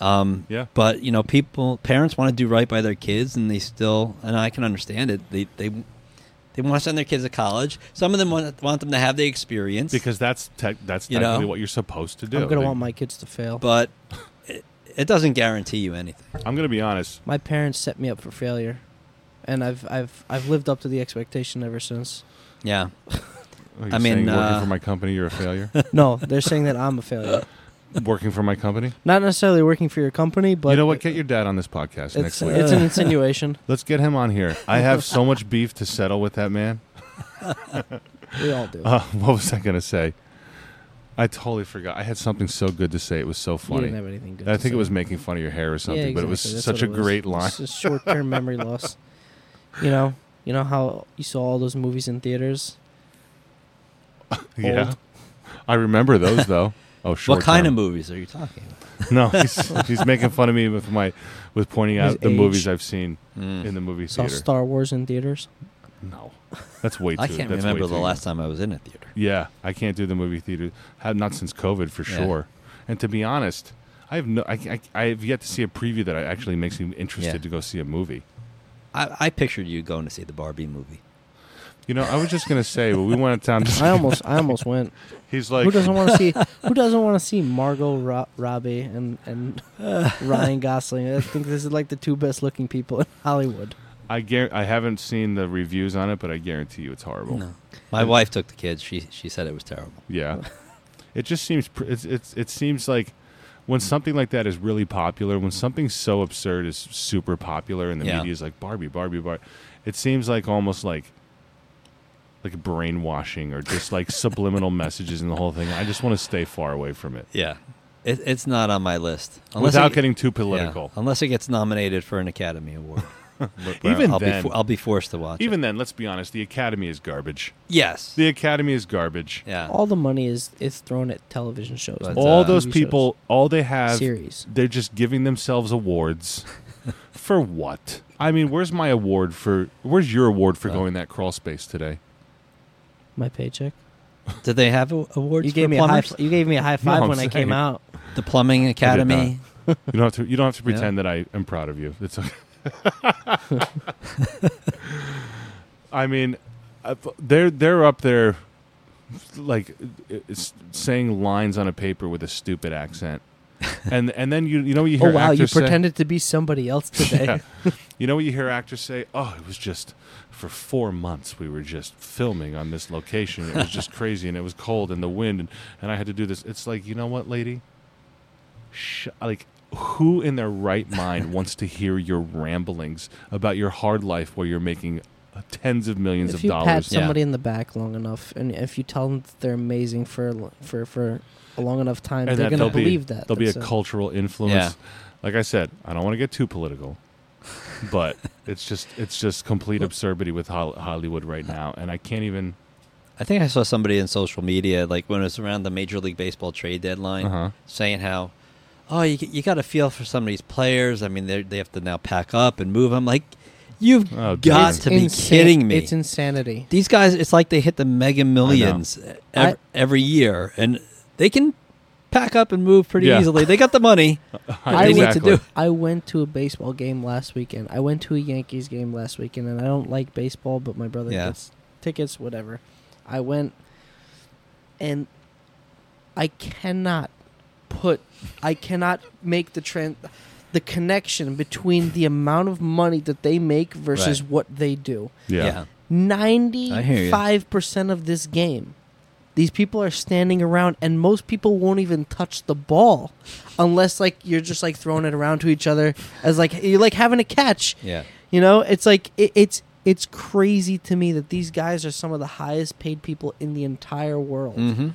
S3: Um,
S1: Yeah.
S3: But you know, people, parents want to do right by their kids, and they still, and I can understand it. They they they want to send their kids to college. Some of them want, want them to have the experience
S1: because that's tech that's
S3: You know?
S1: technically what you're supposed to do.
S2: I'm gonna
S1: Like,
S2: want my kids to fail.
S3: but it, it doesn't guarantee you anything.
S1: I'm gonna be honest.
S2: my parents set me up for failure, and I've I've I've lived up to the expectation ever since.
S3: Yeah.
S1: Are you
S3: I mean,
S1: saying working
S3: uh,
S1: for my company, you're a failure.
S2: no, they're saying that I'm a failure.
S1: working for my company.
S2: Not necessarily working for your company, but
S1: you know what? Get your dad on this podcast next
S2: It's,
S1: week.
S2: it's an insinuation.
S1: Let's get him on here. I have so much beef to settle with that man.
S2: We all do.
S1: Uh, what was I going to say? I totally forgot. I had something so good to say. It was so
S2: You didn't
S1: funny.
S2: have anything good.
S1: I
S2: to
S1: think
S2: say.
S1: it was making fun of your hair or something,
S2: Yeah,
S1: but it was
S2: exactly. That's
S1: such a
S2: what it was.
S1: great line.
S2: It's just short-term memory loss. You know, you know how you saw all those movies in theaters.
S1: Yeah. I remember those, though. Oh, sure.
S3: what kind of movies are you talking about?
S1: No, he's, he's making fun of me with my with pointing out
S2: His
S1: the movies
S2: age.
S1: I've seen
S3: Mm.
S1: in the movie
S2: Saw
S1: theater.
S2: Star Wars in theaters.
S1: No, that's way too.
S3: I can't
S1: that's way
S3: remember the
S1: too-
S3: last time I was in a theater.
S1: Yeah, I can't do the movie theater. Have not since COVID for
S3: Yeah.
S1: sure. And to be honest, I have no. I, I, I have yet to see a preview that I actually makes me interested
S3: Yeah.
S1: to go see a movie.
S3: I, I pictured you going to see the Barbie movie.
S1: You know, I was just gonna say, but we went to town.
S2: I almost, I almost went.
S1: He's like,
S2: who doesn't want to see? Who doesn't want to see Margot Ro- Robbie and and Ryan Gosling? I think this is like the two best looking people in Hollywood.
S1: I guar- I haven't seen the reviews on it, but I guarantee you it's horrible.
S3: No. My wife took the kids. She she said it was terrible.
S1: Yeah, it just seems pr- it's, it's it seems like when something like that is really popular, when something so absurd is super popular, and the
S3: Yeah.
S1: media is like Barbie, Barbie, Barbie, it seems like almost like like brainwashing or just like subliminal messages in the whole thing. I just want to stay far away from it
S3: Yeah. It, it's not on my list.
S1: without
S3: it-
S1: getting too
S3: yeah,
S1: political.
S3: unless it gets nominated for an Academy Award.
S1: But
S3: Where
S1: even
S3: I'll
S1: then,
S3: be fo- I'll be forced to watch.
S1: even then, let's be honest, the Academy is garbage.
S3: it. yes.
S1: The Academy is garbage.
S3: yeah.
S2: All the money is is thrown at television shows.
S3: But,
S1: all
S3: uh,
S1: those
S2: TV
S1: people, all they have,
S2: shows, series.
S1: they're just giving themselves awards for what? I mean, where's my award for? Where's your award for
S3: Uh,
S1: going that crawl space today?
S2: My paycheck.
S3: Did they have a- awards?
S2: You
S3: for
S2: gave me a high.
S3: plumbers?
S2: You gave me a high five
S1: I'm
S2: when I
S1: saying.
S2: came out.
S3: the plumbing academy.
S1: You don't have to. You don't have to
S3: Yeah.
S1: pretend that I am proud of you. It's okay. I mean, I- they're they're up there, like it's saying lines on a paper with a stupid accent, and and then you you know what you hear
S2: Oh wow! You
S1: actors say-
S2: pretended to be somebody else today.
S1: Yeah. You know what you hear actors say? Oh, it was just for four months we were just filming on this location. It was just crazy and it was cold and the wind and, and I had to do this. It's like, you know what, lady? Sh- like, who in their right mind wants to hear your ramblings about your hard life where you're making tens of millions
S2: If
S1: of
S2: you pat
S1: dollars?
S3: Yeah.
S2: somebody in the back long enough, and if you tell them that they're amazing for lo- for for a long enough time,
S1: And that
S2: they're gonna
S1: they'll be-
S2: believe that.
S1: There'll be a
S2: That's it.
S1: cultural influence.
S3: Yeah.
S1: Like I said, I don't want to get too political, but it's just it's just complete absurdity with Hol- Hollywood right now, and I can't even.
S3: I think I saw somebody in social media, like when it was around the Major League Baseball trade deadline,
S1: Uh-huh.
S3: saying how, oh, you, you got to feel for some of these players. I mean, they they have to now pack up and move. I'm like, you've
S1: Oh,
S3: got
S1: dear.
S3: to be
S2: Insa-
S3: kidding me.
S2: It's insanity.
S3: these guys, it's like they hit the mega millions e-,
S2: I-
S3: ev- every year, and they can pack up and move pretty
S1: Yeah.
S3: easily. They got the money.
S2: I
S3: they
S2: need to
S1: Exactly.
S3: do.
S2: I went to a baseball game last weekend. I went to a Yankees game last weekend, and I don't like baseball, but my brother
S3: Yeah.
S2: gets tickets, whatever. I went, and I cannot put, I cannot make the trend, the connection between the amount of money that they make versus
S3: Right.
S2: what they do.
S1: Yeah.
S3: you.
S2: Ninety-five percent of this game, these people are standing around, and most people won't even touch the ball, unless like you're just like throwing it around to each other as like you're like having a catch.
S3: yeah.
S2: You know, it's like it, it's it's crazy to me that these guys are some of the highest paid people in the entire world.
S3: hmm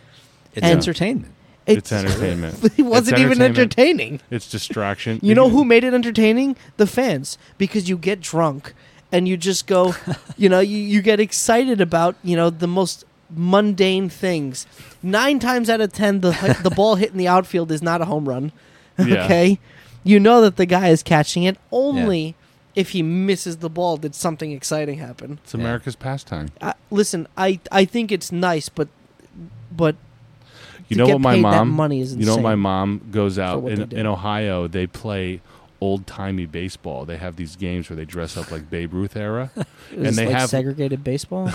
S3: It's
S2: And-
S3: entertainment.
S1: Mm. It's entertainment.
S2: It
S1: It's
S2: wasn't
S1: entertainment.
S2: even entertaining.
S1: It's distraction.
S2: You know who made it entertaining? The fans, because you get drunk and you just go, you know, you, you get excited about you know the most mundane things. Nine times out of ten, the the ball hitting the outfield is not a home run.
S1: Yeah.
S2: Okay, you know that the guy is catching it only if he misses the ball. Did something exciting happen?
S1: It's America's pastime.
S2: I, listen, I I think it's nice, but but
S1: You
S2: To
S1: know
S2: get
S1: what my
S2: paid that
S1: mom?
S2: money is
S1: you know what my
S2: insane
S1: mom goes out
S2: what they
S1: in,
S2: do.
S1: in Ohio. They play old timey baseball. They have these games where they dress up like Babe Ruth era, and
S2: Is
S1: they
S2: like
S1: have
S2: segregated baseball.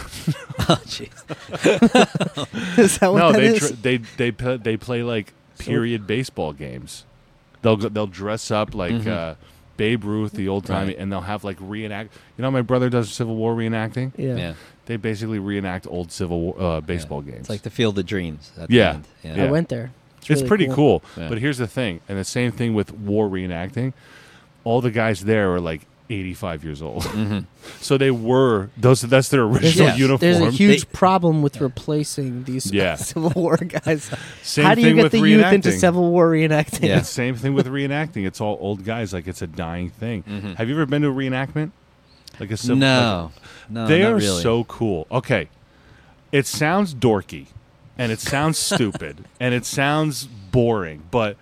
S3: Oh, jeez.
S2: is that what
S1: no.
S2: that
S1: They
S2: is?
S1: tr- they they pla- they play like period baseball games. They'll go, they'll dress up like
S2: Mm-hmm.
S3: Mhm.
S1: uh, Babe Ruth, the old timey,
S3: Right.
S1: and they'll have like reenact. You know, how my brother does Civil War reenacting.
S2: yeah.
S3: Yeah.
S1: They basically reenact old Civil War uh, baseball games.
S3: It's like the Field of Dreams. At
S1: Yeah.
S3: The end. Yeah.
S1: Yeah.
S2: I went there. It's,
S1: It's
S2: really
S1: pretty cool.
S3: Yeah.
S1: But here's the thing, and the same thing with war reenacting. All the guys there are like 85 years old, so they were those. That's their original
S3: Yes.
S1: uniform.
S2: Mm-hmm. There's a huge
S3: They-
S2: problem with replacing these
S1: Yeah.
S2: Civil War guys.
S1: same
S2: How do you
S1: thing
S2: get
S1: with
S2: the
S1: reenacting.
S2: youth into Civil War reenacting?
S3: Yeah.
S1: It's same thing with reenacting. It's all old guys. Like it's a dying thing.
S2: Mm-hmm.
S3: Mhm.
S1: Have you ever been to a reenactment? Like a civil?
S3: no. no.
S1: like- they
S3: Uh, not
S1: are
S3: really.
S1: so cool. Okay, it sounds dorky, and it sounds stupid, and it sounds boring, but.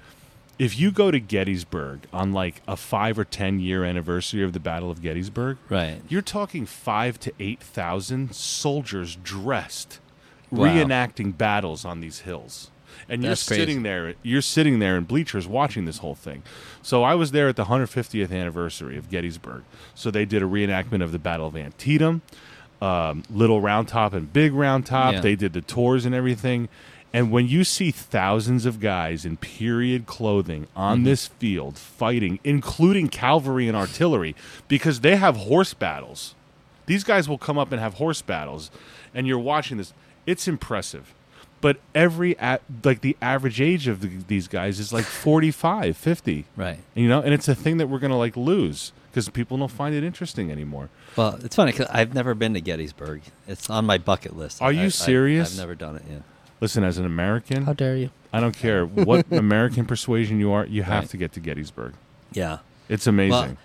S1: If you go to Gettysburg on like a five or ten year anniversary of the Battle of Gettysburg,
S3: Right.
S1: You're talking five to eight thousand soldiers dressed,
S3: Wow.
S1: reenacting battles on these hills, and
S3: That's
S1: you're
S3: crazy.
S1: sitting there. You're sitting there in bleachers watching this whole thing. So I was there at the 150th anniversary of Gettysburg. So they did a reenactment of the Battle of Antietam, um, Little Round Top and Big Round Top.
S3: Yeah.
S1: They did the tours and everything. And when you see thousands of guys in period clothing on
S3: Mm-hmm.
S1: this field fighting, including cavalry and artillery, because they have horse battles. These guys will come up and have horse battles, and you're watching this. It's impressive. But every, a like, the average age of the, these guys is like 45, 50.
S3: Right.
S1: You know, and it's a thing that we're going to, like, lose because people don't find it interesting anymore.
S3: Well, it's funny because I've never been to Gettysburg. It's on my bucket list.
S1: Are
S3: I-
S1: you
S3: I-
S1: serious?
S3: I've never done it yet.
S1: Listen, as an American,
S2: How dare you?
S1: I don't care what American persuasion you are, you have
S3: Right.
S1: to get to Gettysburg.
S3: Yeah.
S1: It's amazing.
S3: Well,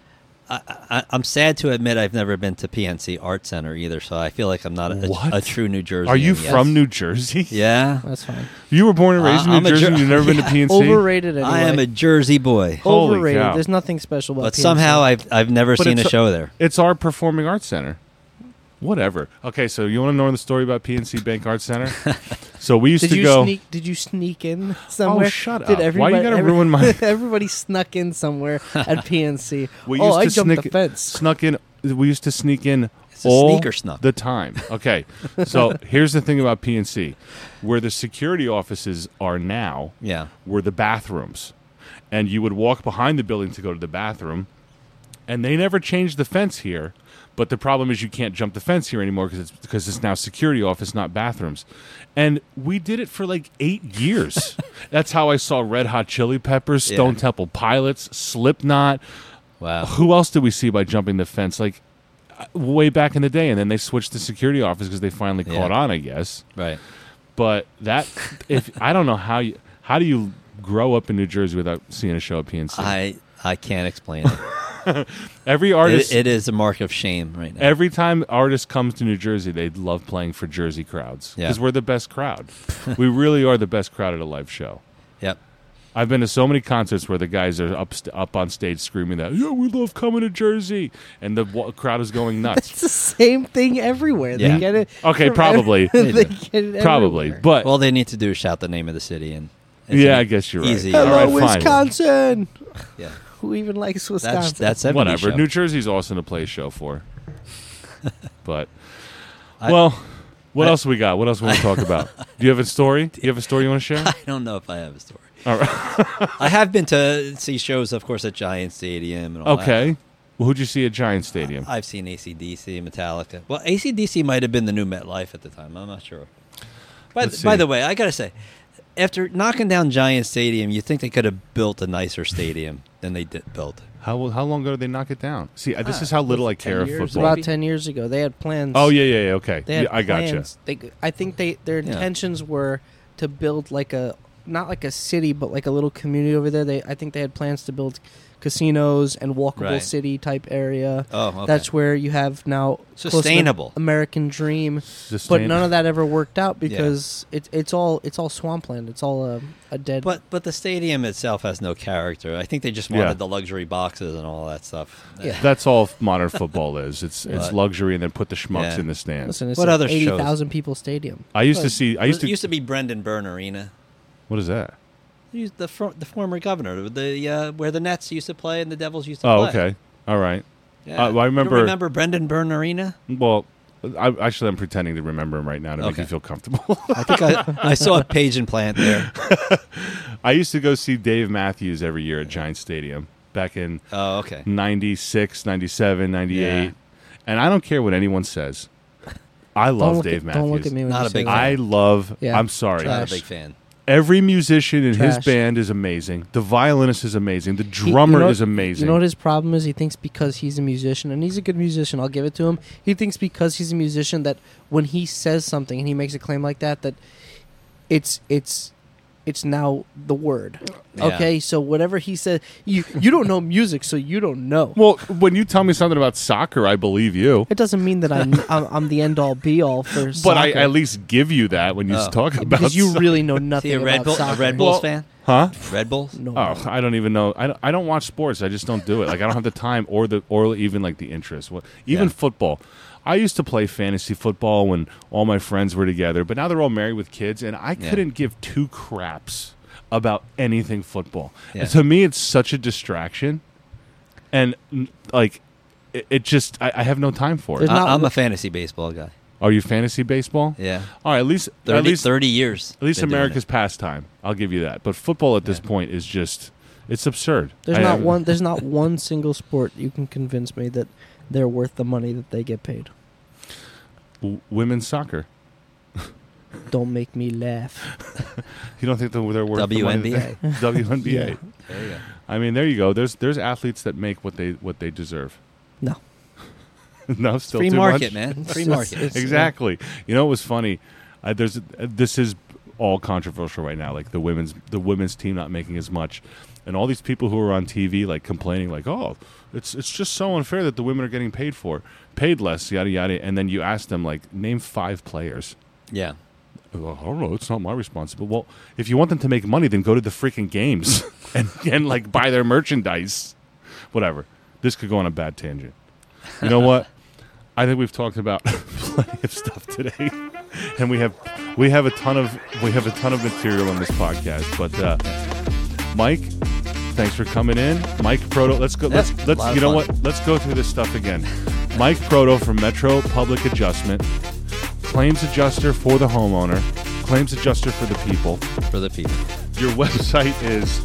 S3: I, I, I'm sad to admit I've never been to PNC Art Center either, so I feel like I'm not a,
S1: What?
S3: a true New Jersey.
S1: are you from New Jersey?
S3: Yeah,
S2: That's fine.
S1: You were born and raised
S3: Uh,
S1: in
S3: I'm
S1: New
S3: a
S1: Jersey
S3: Jer-
S1: and you've never been to
S3: Yeah.
S1: PNC?
S2: Overrated. Anyway.
S3: I am a Jersey boy,
S1: Holy
S2: Overrated.
S1: cow.
S2: There's nothing special about.
S3: but
S2: PNC.
S3: somehow I've I've never
S1: But
S3: seen a
S1: it's-
S3: show there.
S1: It's our performing arts center. Whatever. Okay, so you want to know the story about PNC Bank Arts Center? so we used
S2: did
S1: to
S2: you
S1: go. Oh,
S2: sneak? Did you sneak in somewhere?
S1: shut up.
S2: Did
S1: Why you
S2: everybody-
S1: gotta ruin my-
S2: everybody snuck in somewhere at PNC.
S1: We
S2: oh,
S1: used
S2: I
S1: to
S2: jumped the
S1: sneak-
S2: fence.
S1: snuck in. We used to sneak in
S3: It's a
S1: all
S3: sneaker snuck.
S1: the time. Okay, so here's the thing about PNC, where the security offices are now.
S3: Yeah,
S1: were the bathrooms. And you would walk behind the building to go to the bathroom. And they never changed the fence here. But the problem is you can't jump the fence here anymore because it's because it's now security office, not bathrooms. And we did it for like eight years. That's how I saw Red Hot Chili Peppers,
S3: Yeah.
S1: Stone Temple Pilots, Slipknot.
S3: wow.
S1: Who else did we see by jumping the fence? Like uh, way back in the day, and then they switched to security office because they finally
S3: Yeah.
S1: caught on, I guess
S3: Right.
S1: but that if I don't know how you how do you grow up in New Jersey without seeing a show at PNC?
S3: I I can't explain it.
S1: every
S3: it.
S1: artist,
S3: It is a mark of shame right now.
S1: every time artists comes to New Jersey, they love playing for Jersey crowds
S3: Yeah.
S1: because we're the best crowd. we really are the best crowd at a live show.
S3: Yep.
S1: I've been to so many concerts where the guys are up st- up on stage screaming that yeah we love coming to Jersey and the wa- crowd is going nuts.
S2: It's the same thing everywhere.
S3: Yeah.
S2: They get it.
S1: Okay,
S2: from
S1: probably.
S2: every-
S3: They
S2: they
S3: do.
S2: get it
S1: Probably,
S2: everywhere.
S1: but
S3: Well, they need to do is shout the name of the city and it's
S1: yeah,
S3: an
S1: I guess you're right.
S3: easy-
S1: All
S2: hello,
S1: right, fine.
S2: Wisconsin.
S3: Yeah,
S2: Who even likes Wisconsin?
S3: that's that's 70
S1: Whatever.
S3: show.
S1: New Jersey's awesome to play a show for. but
S3: I-
S1: well, what
S3: I-
S1: else we got? What else we want to talk about? Do you have a story? Do you have a story you want to share?
S3: I don't know if I have a story.
S1: All right.
S3: I have been to see shows, of course, at Giant Stadium and all that.
S1: Okay. Well, who'd you see at Giant Stadium?
S3: I've seen ACDC, Metallica. Well, ACDC might have been the new MetLife at the time. I'm not sure. By,
S1: Let's
S3: by
S1: see.
S3: the way, I got to say, after knocking down Giant Stadium, you think they could have built a nicer stadium than they did built.
S1: How how long ago did they knock it down? See, uh, this
S3: Ah,
S1: is how little I
S3: 10
S1: care of
S3: years,
S2: It's
S1: football.
S2: about ten years ago. They had plans.
S1: Oh yeah, yeah, yeah. Okay,
S2: They had
S1: yeah, I gotcha.
S2: plans. They, I think they their
S3: Yeah.
S2: intentions were to build like a not like a city, but like a little community over there. They I think they had plans to build casinos and walkable
S3: Right.
S2: city type area.
S3: Oh, okay.
S2: That's where you have now close to the
S3: Sustainable.
S2: American dream. But
S1: Sustain-
S2: none of that ever worked out because it, it's all it's all swampland. It's all a, a dead.
S3: But but the stadium itself has no character. I think they just wanted
S1: Yeah.
S3: the luxury boxes and all that stuff.
S2: yeah.
S1: That's all f- modern football is. It's it's
S3: But-
S1: luxury, and then put the schmucks
S3: Yeah.
S1: in the stands.
S2: Listen, it's
S3: What
S2: an
S3: other shows?
S2: eighty thousand people stadium.
S1: I used to
S3: But
S1: see. I used
S3: it
S1: to.
S3: used to be Brendan Byrne Arena.
S1: What is that?
S3: He's the fro- the former governor, the uh, where the Nets used to play and the Devils used to
S1: Oh,
S3: play.
S1: okay. All right.
S3: Yeah.
S1: Uh, well, I
S3: You don't
S1: remember-
S3: remember Brendan Byrne Arena?
S1: Well, I, actually, I'm pretending to remember him right now to make
S3: Okay.
S1: you feel comfortable.
S3: I think I, I saw a Page and Plant there.
S1: I used to go see Dave Matthews every year at Giant Stadium back in
S3: Oh, okay.
S1: 96, 97, 98.
S3: Yeah.
S1: And I don't care what anyone says. I love
S2: look
S1: Dave
S2: at,
S1: Matthews.
S2: Don't look at me when
S3: Not
S2: you
S3: a
S2: say
S3: big
S2: that.
S1: I love,
S2: Yeah.
S1: I'm sorry.
S3: Not a
S2: Trash.
S3: big fan.
S1: Every musician in his
S2: Trash.
S1: band is amazing. The violinist is amazing. The
S2: He- you
S1: drummer
S2: know-
S1: is amazing.
S2: You know what his problem is? He thinks because he's a musician, and he's a good musician. I'll give it to him. He thinks because he's a musician that when he says something and he makes a claim like that, that it's it's it's now the word.
S3: Yeah.
S2: Okay, so whatever he says, you you don't know music, so you don't know.
S1: well, when you tell me something about soccer, I believe you.
S2: It doesn't mean that I'm I'm, I'm the end all be all for
S1: But I
S2: soccer,
S1: at least give you that when you
S3: Oh.
S1: talk about
S2: because you
S1: so-
S2: really know
S3: See
S2: nothing
S3: a Red
S2: about
S3: Bull, a
S2: soccer.
S3: Red Bulls
S1: Well-
S3: fan?
S1: huh?
S3: Red Bulls?
S2: No.
S1: Oh, I don't even know. I don't, I don't watch sports. I just don't do it. Like I don't have the time or the or even like the interest. What even
S3: Yeah.
S1: football. I used to play fantasy football when all my friends were together, but now they're all married with kids, and I
S3: Yeah.
S1: couldn't give two craps about anything football.
S3: Yeah.
S1: And to me, it's such a distraction, and n- like it, it just I, I have no time for it.
S2: There's- not-
S3: I, am a fantasy baseball guy.
S1: Are you fantasy baseball?
S3: Yeah.
S1: All right, at least
S3: 30,
S1: at least
S3: 30 years.
S1: at least
S3: been doing
S1: America's
S3: it.
S1: pastime. I'll give you that. But football at this point is just it's absurd.
S2: There's
S1: I-
S2: not
S1: I-
S2: one. There's not one single sport you can convince me that they're worth the money that they get paid.
S1: w- women's soccer.
S2: Don't make me laugh.
S1: You don't think they're they're worth the money that they- WNBA.
S3: There you go.
S1: I mean, there you go. There's there's athletes that make what they what they deserve.
S2: No.
S1: no, still
S3: Free
S1: too
S3: market,
S1: much?
S3: man. uh, Free
S2: It's-
S3: market.
S2: it's-
S1: Exactly. You know, it was funny. Uh, there's uh, this is all controversial right now. Like the women's the women's team not making as much, and all these people who are on TV like complaining, like, oh, it's it's just so unfair that the women are getting paid for paid less, yada yada. And then you ask them like, name five players.
S3: yeah.
S1: Well, I don't know. It's not my responsibility. Well, if you want them to make money, then go to the freaking games and, and like buy their merchandise. Whatever. This could go on a bad tangent. You know what? I think we've talked about plenty of stuff today, and we have we have a ton of we have a ton of material on this podcast. But uh, Mike, thanks for coming in, Mike Proto. Let's go.
S3: Yeah,
S1: let's
S3: a lot
S1: let's
S3: of
S1: you know
S3: fun.
S1: what? Let's go through this stuff again. Mike Proto from Metro Public Adjustment claims adjuster for the homeowner, claims adjuster for the people.
S3: For the people.
S1: Your website is,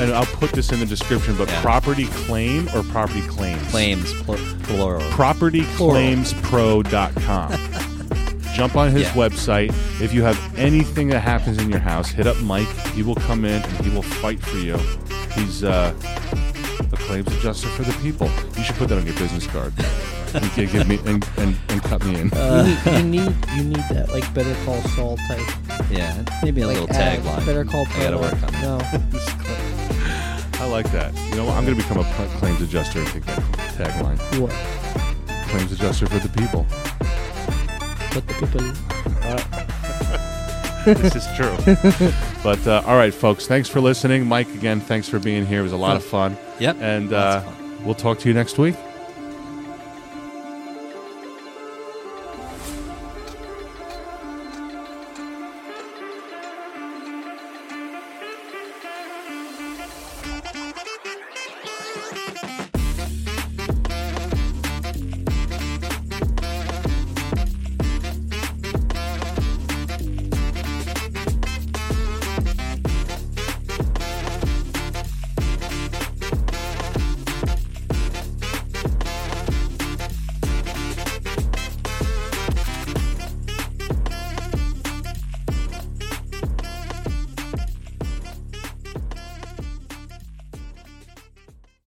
S1: and I'll put this in the description, but
S3: Yeah.
S1: property claim or property claims?
S3: Claims, plur- plural.
S1: PropertyClaimsPro.com. Jump on his
S3: Yeah.
S1: website. If you have anything that happens in your house, hit up Mike. He will come in and he will fight for you. He's uh, a claims adjuster for the people. You should put that on your business card. and gi- give me and, and, and cut me in.
S2: uh, you, need, you need you need that like Better Call Saul type.
S3: yeah. Maybe a
S2: like,
S3: little
S2: ad.
S3: tagline.
S2: Better Call.
S3: I gotta
S2: Paul.
S3: work on that.
S2: No.
S1: I like that. You know what? I'm going to become a pl- claims adjuster and take that tagline.
S2: What?
S1: Claims adjuster for the people.
S2: But the people.
S1: this is true. but uh, all right, folks, thanks for listening. Mike, again, thanks for being here. It was a lot of fun.
S3: Yep.
S1: And uh,
S3: Lots of
S1: we'll talk to you next week.